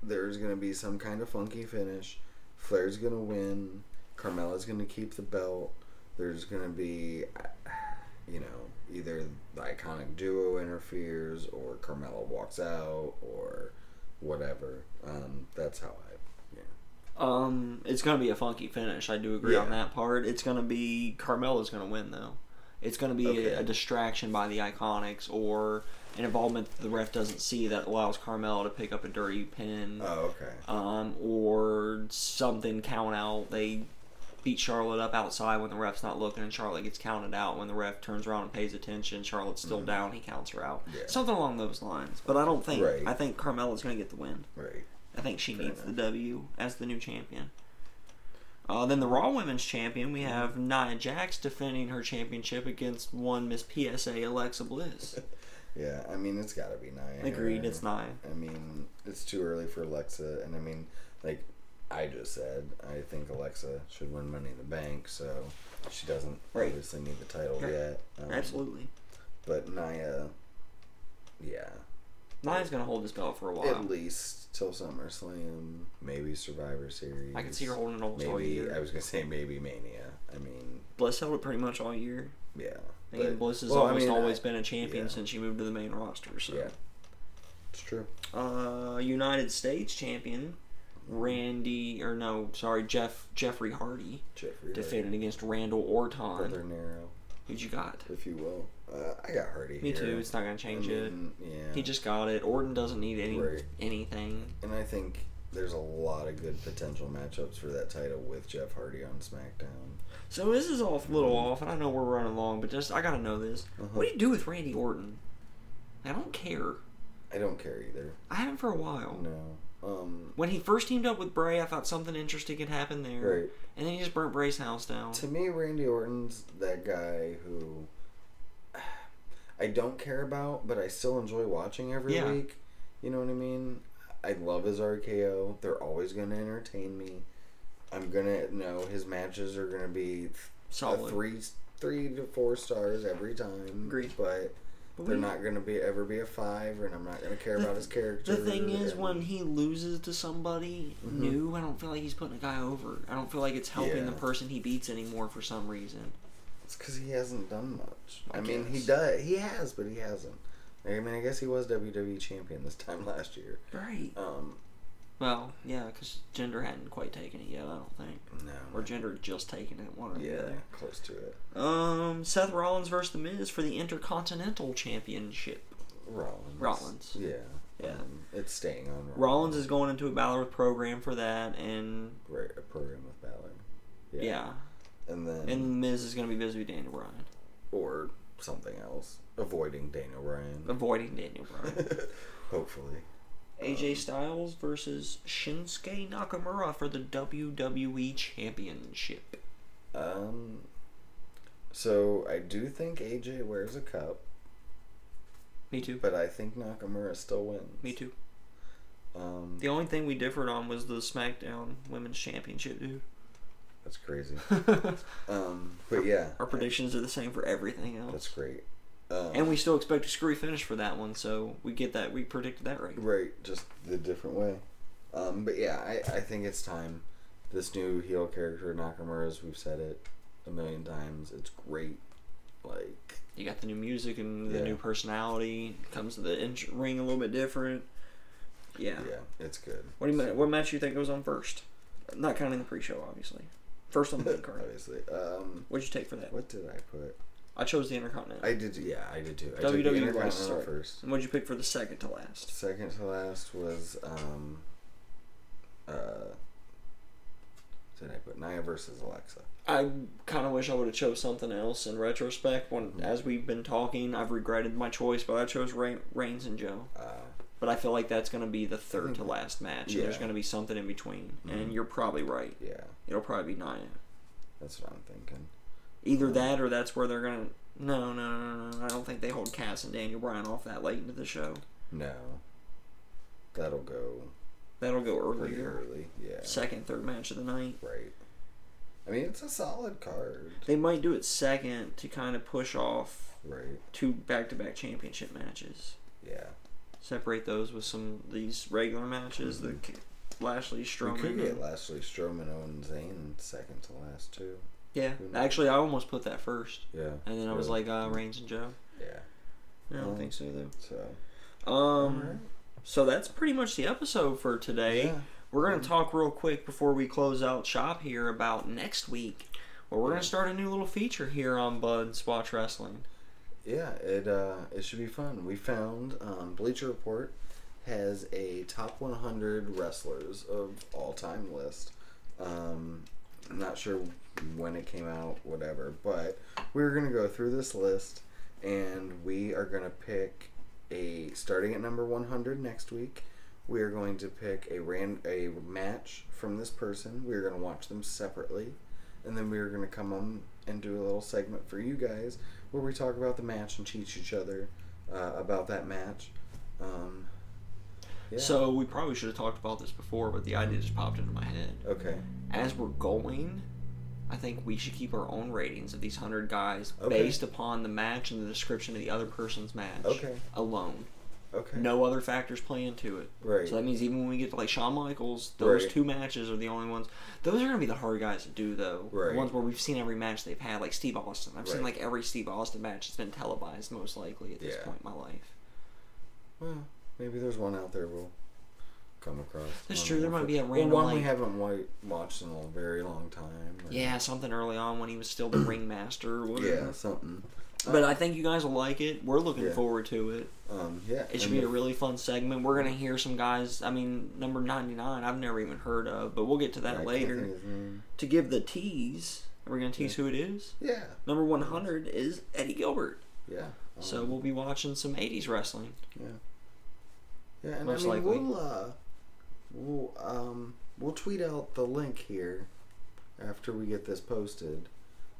S1: there's gonna be some kind of funky finish. Flair's gonna win. Carmella's gonna keep the belt. There's gonna be you know, either the iconic duo interferes or Carmella walks out or whatever. Um, that's how I, yeah.
S2: Um, it's gonna be a funky finish. I do agree
S1: Yeah.
S2: on that part. It's gonna be Carmella's gonna win though. It's gonna be
S1: Okay.
S2: a, a distraction by the Iconics or an involvement that the ref doesn't see that allows Carmella to pick up a dirty pin,
S1: Oh, okay.
S2: um, or something count out. They beat Charlotte up outside when the ref's not looking, and Charlotte gets counted out. When the ref turns around and pays attention, Charlotte's still down. He counts her out.
S1: Mm. Yeah.
S2: Something along those lines. But I don't think
S1: Right.
S2: I think Carmella's gonna get the win.
S1: Right.
S2: I think she
S1: Fair
S2: needs the
S1: enough.
S2: W as the new champion. Uh, then the Raw Women's Champion,
S1: Mm-hmm.
S2: we have Nia Jax defending her championship against one Miss PSA Alexa Bliss.
S1: Yeah, I mean, it's gotta be Nia.
S2: Agreed, it's Nia.
S1: I mean, it's too early for Alexa, and I mean, like, I just said I think Alexa should win Money in the Bank, so she doesn't
S2: Right.
S1: obviously need the title
S2: Yeah.
S1: yet. Um,
S2: Absolutely.
S1: But Naya, yeah,
S2: Nia's gonna hold this belt for a
S1: at
S2: while.
S1: least till SummerSlam, maybe Survivor Series.
S2: I can see her holding it almost all
S1: Maybe I
S2: year.
S1: was gonna say maybe Mania. I mean,
S2: Bliss held it pretty much all year.
S1: yeah.
S2: And
S1: but-
S2: Bliss has
S1: well, I
S2: almost
S1: mean, I-
S2: always been a champion
S1: yeah.
S2: since she moved to the main roster. So,
S1: Yeah, it's true.
S2: uh, United States champion Randy or no, sorry, Jeff Jeffrey Hardy
S1: Jeffrey
S2: defended against Randall
S1: Hardy,
S2: Orton.
S1: Brother Nero,
S2: Who'd you got?
S1: if you will. Uh, I got Hardy.
S2: Me
S1: here.
S2: too. It's not gonna
S1: I
S2: change it.
S1: mean, Yeah.
S2: He just got it. Orton doesn't need any
S1: Right.
S2: anything.
S1: And I think there's a lot of good potential matchups for that title with Jeff Hardy on SmackDown.
S2: So this is off a little off, and I know we're running long, but just I gotta know this.
S1: Mm-hmm. Uh-huh.
S2: What do you do with Randy Orton? I don't care.
S1: I don't care either.
S2: I haven't for a while.
S1: No. Um.
S2: When he first teamed up with Bray, I thought something interesting could happen there,
S1: Right.
S2: and then he just burnt Bray's house down.
S1: To me, Randy Orton's that guy who I don't care about, but I still enjoy watching every
S2: Yeah.
S1: week. You know what I mean? I love his RKO. They're always going to entertain me. I'm gonna know his matches are gonna be a
S2: Solid.
S1: three, three to four stars every time.
S2: Agreed.
S1: But
S2: But
S1: they're
S2: we-
S1: not gonna be ever be a five, and I'm not gonna care
S2: The
S1: about his character.
S2: The thing is,
S1: and-
S2: when he loses to somebody
S1: Mhm.
S2: new, I don't feel like he's putting a guy over. I don't feel like it's helping
S1: Yeah.
S2: the person he beats anymore for some reason.
S1: It's because he hasn't done much. I,
S2: I
S1: mean, he
S2: guess.
S1: does. He has, but he hasn't. I mean, I guess he was WWE champion this time last year.
S2: Right.
S1: Um,
S2: Well, yeah, because gender hadn't quite taken it yet. I don't think,
S1: no.
S2: or gender had just taken it. One or the
S1: yeah,
S2: other.
S1: close to it.
S2: Um, Seth Rollins versus The Miz for the Intercontinental Championship.
S1: Rollins.
S2: Rollins.
S1: Yeah.
S2: Yeah.
S1: Um, it's staying on Rollins.
S2: Rollins is going into a Balor with program for that, and
S1: Right, a program with Balor.
S2: yeah,
S1: And then
S2: and Miz is going to be busy with Daniel Bryan,
S1: or something else, avoiding Dana Ryan.
S2: avoiding Daniel Bryan.
S1: Hopefully.
S2: AJ Styles versus Shinsuke Nakamura for the WWE Championship.
S1: Um. So I do think AJ wears a cup,
S2: Me too.
S1: but I think Nakamura still wins.
S2: Me too.
S1: Um,
S2: The only thing we differed on was the SmackDown Women's Championship, dude.
S1: that's crazy. Um, but yeah,
S2: Our predictions are the same for everything else.
S1: That's great. Um,
S2: And we still expect a screwy finish for that one, so we get that we predicted that right.
S1: right, just the different way. Um, but yeah, I, I think it's time. This new heel character Nakamura's, we've said it a million times. It's great. Like
S2: You got the new music and the
S1: Yeah.
S2: new personality. Comes to the inch ring a little bit different. Yeah.
S1: yeah, it's good.
S2: What do you ma- What match you think goes on first? Not counting the pre-show, obviously. First on the main card.
S1: Obviously. Um,
S2: What'd you take for that?
S1: what did I put?
S2: I chose the Intercontinental.
S1: I did. Yeah, I did too. I took the
S2: WWE last.
S1: Intercontinental
S2: sorry.
S1: first.
S2: And what'd you pick for the second to last?
S1: Second to last was um. Uh. Did I put Nia versus Alexa?
S2: I kind of wish I would have chose something else in retrospect. When
S1: Mm.
S2: as we've been talking, I've regretted my choice, but I chose Rain, Reigns and Joe.
S1: Uh,
S2: But I feel like that's going to be the third to last match. and
S1: Mm-hmm.
S2: There's
S1: Yeah.
S2: going to be something in between, and
S1: Mhm.
S2: you're probably right.
S1: yeah,
S2: It'll probably be Nia.
S1: that's what I'm thinking.
S2: Either that or that's where they're gonna. No, no, no, no, no. I don't think they hold Cass and Daniel Bryan off that late into the show.
S1: No. That'll go
S2: That'll go
S1: pretty
S2: earlier.
S1: early. Yeah.
S2: Second, third match of the night.
S1: Right. I mean, it's a solid card.
S2: They might do it second to kind of push off
S1: Right.
S2: two back-to-back championship matches.
S1: Yeah.
S2: Separate those with some these regular matches. The K- Lashley
S1: We Mm-hmm. could
S2: Strowman.
S1: get Lashley Strowman, Owen Zane second to last too.
S2: Yeah,
S1: who knows?
S2: actually, I almost put that first,
S1: Yeah.
S2: and then I was like uh, Reigns and Joe.
S1: Yeah.
S2: I don't
S1: Um,
S2: think so though.
S1: So.
S2: Um,
S1: Alright.
S2: so that's pretty much the episode for today.
S1: Yeah.
S2: We're going to talk real quick before we close out shop here about next week, where we're going to start a new little feature here on Bud's Watch Wrestling.
S1: Yeah. It uh it should be fun. We found um, Bleacher Report has a top 100 wrestlers of all time list. Um, I'm not sure when it came out, whatever, but we're going to go through this list and we are going to pick a starting at number 100 next week. We are going to pick a ran a match from this person. We are going to watch them separately, and then we are going to come on and do a little segment for you guys where we talk about the match and teach each other uh, about that match. Um, Yeah.
S2: So we probably should have talked about this before, but the idea just popped into my head.
S1: Okay.
S2: As we're going, I think we should keep our own ratings of these hundred guys
S1: Okay.
S2: based upon the match and the description of the other person's match
S1: Okay.
S2: alone.
S1: Okay.
S2: No other factors play into it.
S1: Right.
S2: So that means even when we get to like Shawn Michaels, those
S1: Right.
S2: two matches are the only ones. Those are gonna be the hard guys to do though.
S1: Right.
S2: The ones where we've seen every match they've had, like Steve Austin. I've seen
S1: Right.
S2: like every Steve Austin match that's been televised, most likely at this
S1: Yeah.
S2: point in my life.
S1: Well, maybe there's one out there we'll come across.
S2: That's
S1: One
S2: true, there
S1: we'll
S2: might be a
S1: fi-
S2: random,
S1: Or one we
S2: like-
S1: haven't wi- watched in a very long time. or-
S2: Yeah, something early on when he was still the ringmaster or whatever.
S1: Yeah, something.
S2: But I think you guys will like it. We're looking
S1: Yeah.
S2: forward to it.
S1: Um, yeah.
S2: It should
S1: and
S2: be a
S1: the-
S2: really fun segment. We're gonna hear some guys. I mean, number ninety nine, I've never even heard of, but we'll get to
S1: I
S2: that
S1: can't
S2: later.
S1: think of his name.
S2: To give the tease, we're gonna tease who it is.
S1: Yeah.
S2: Number one hundred is Eddie Gilbert.
S1: Yeah. um,
S2: So we'll be watching some '80s wrestling.
S1: Yeah. Yeah, and
S2: Most
S1: I mean,
S2: likely.
S1: we'll uh, we'll um, we'll tweet out the link here after we get this posted. to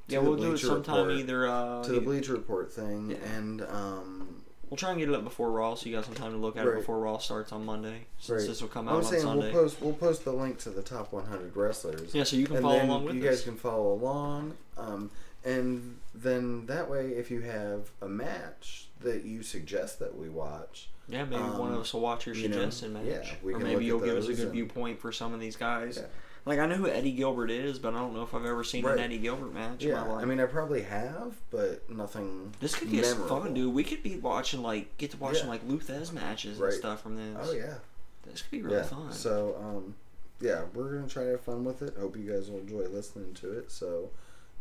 S2: yeah,
S1: the
S2: we'll do it
S1: Bleacher
S2: sometime
S1: Report-
S2: either. Uh,
S1: to the Bleacher Report thing,
S2: Yeah.
S1: and um,
S2: we'll try and get it up before Raw, so you got some time to look at it
S1: Right.
S2: before Raw starts on Monday. Since
S1: Right.
S2: this will come
S1: I
S2: out on
S1: was saying
S2: Sunday.
S1: we'll post we'll post the link to the top 100 wrestlers.
S2: yeah, so you can
S1: and
S2: follow
S1: then
S2: along with
S1: you
S2: us.
S1: guys can follow along. Um, and then that way, if you have a match that you suggest that we watch,
S2: yeah, maybe one
S1: um,
S2: of us will watch your
S1: you know,
S2: suggested
S1: yeah,
S2: match,
S1: we
S2: or
S1: can
S2: maybe
S1: look at
S2: you'll give us a
S1: those
S2: good
S1: and-
S2: viewpoint for some of these guys.
S1: Yeah.
S2: Like I know who Eddie Gilbert is, but I don't know if I've ever seen
S1: Right.
S2: an Eddie Gilbert match.
S1: yeah,
S2: in my life.
S1: I mean, I probably have, but nothing.
S2: this could get
S1: memorable.
S2: fun, dude. We could be watching like get to watching
S1: Yeah.
S2: like Luthez matches
S1: Right.
S2: and stuff from this.
S1: Oh yeah.
S2: this could be really
S1: yeah.
S2: fun.
S1: So, um, yeah, we're gonna try to have fun with it. Hope you guys will enjoy listening to it. So,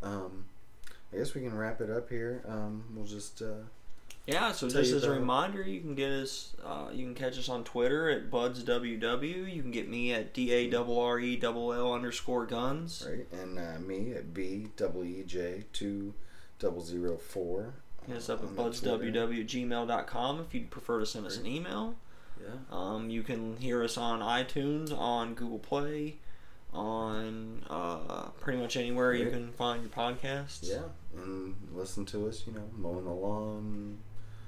S1: um, I guess we can wrap it up here. Um, we'll just uh,
S2: Yeah, so
S1: Tell
S2: just
S1: you
S2: as a
S1: about it.
S2: reminder, you can get us, uh, you can catch us on Twitter at budsww. You can get me at d a double r e double l underscore guns.
S1: right and uh, me at b double e j two double zero four.
S2: Hit us up at
S1: on the Twitter.
S2: budsww gmail.com if you'd prefer to send us an email.
S1: Yeah.
S2: Um, you can hear us on iTunes, on Google Play, on uh, pretty much anywhere you
S1: Right.
S2: can find your podcasts.
S1: Yeah, and listen to us. You know, mowing the lawn,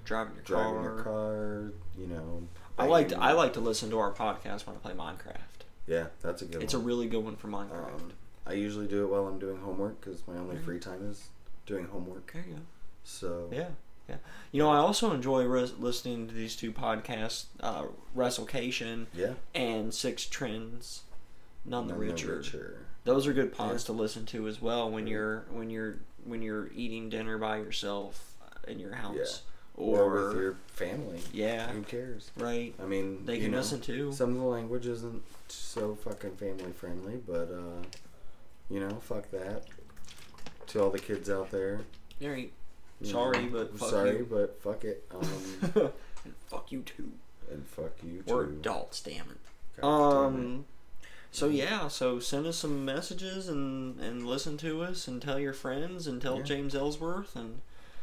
S2: driving your
S1: driving
S2: car.
S1: your car. You know,
S2: I like to,
S1: banging.
S2: I like to listen to our podcast when I play Minecraft.
S1: Yeah, that's a good.
S2: It's a
S1: one.
S2: really good one for Minecraft.
S1: Um, I usually do it while I'm doing homework because my
S2: Mm-hmm.
S1: only free time is doing homework.
S2: there you go.
S1: So
S2: Yeah, yeah. You know, I also enjoy res- listening to these two podcasts, uh, Wrestlecation
S1: yeah,
S2: and Six Trends, None the
S1: I'm
S2: Richer.
S1: richer.
S2: Those are good pods
S1: Yeah.
S2: to listen to as well when you're when you're when you're eating dinner by yourself in your house
S1: Or,
S2: or,
S1: with your Um, family.
S2: yeah,
S1: Who cares?
S2: right.
S1: I mean,
S2: They
S1: you
S2: can
S1: know,
S2: listen too.
S1: Some of the language isn't so fucking family friendly, but uh, you know, fuck that. To all the kids out there,
S2: All right.
S1: you
S2: Sorry,
S1: know,
S2: but fuck
S1: sorry,
S2: you.
S1: but fuck it. Um,
S2: and fuck you too.
S1: and fuck you too.
S2: We're adults, damn it.
S1: God damn it.
S2: Um. So yeah, so send us some messages and and listen to us and tell your friends and tell
S1: Yeah.
S2: James Ellsworth and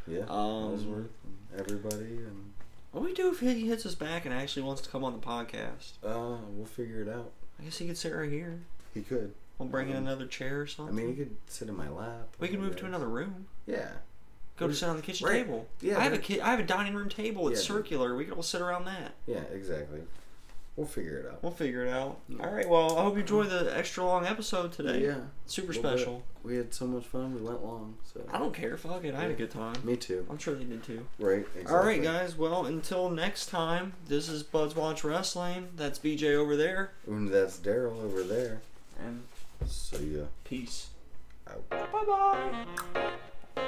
S1: yeah,
S2: um,
S1: Ellsworth and everybody, and
S2: what do we do if he hits us back and actually wants to come on the podcast?
S1: uh, we'll figure it out.
S2: I guess he could sit right here.
S1: He could.
S2: We'll bring in
S1: Um,
S2: another chair or
S1: I
S2: something.
S1: mean, he could sit in my lap.
S2: we can
S1: I
S2: move to
S1: guess.
S2: another room.
S1: Yeah.
S2: Go to
S1: We're-
S2: sit on the kitchen
S1: right.
S2: table.
S1: Yeah,
S2: I have a
S1: there-
S2: ki- I have a dining room table. It's
S1: Yeah, dude.
S2: circular. We can all sit around that.
S1: Yeah, exactly. We'll figure it out.
S2: We'll figure it out. All right. Well, I hope you enjoy the extra long episode today.
S1: Uh-huh. Yeah.
S2: Super
S1: Little bit.
S2: special.
S1: We had so much fun. We went long. So
S2: I don't care. Fuck it. I had a
S1: Yeah.
S2: good time.
S1: Me too.
S2: I'm sure they did too.
S1: Right.
S2: All right, guys. Well, until next time, this is Buds Watch Wrestling. That's BJ over there.
S1: And that's Daryl over there.
S2: And
S1: See ya.
S2: peace.
S1: Out.
S2: Bye bye.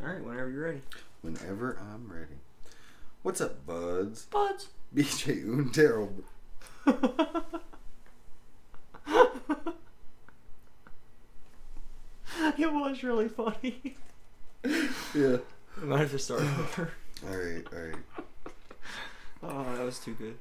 S2: right, whenever you're ready.
S1: Whenever I'm ready. What's up, buds?
S2: Buds.
S1: BJ Unterl.
S2: it was really funny.
S1: Yeah.
S2: I might have to start over.
S1: All right, all right.
S2: Oh, that was too good.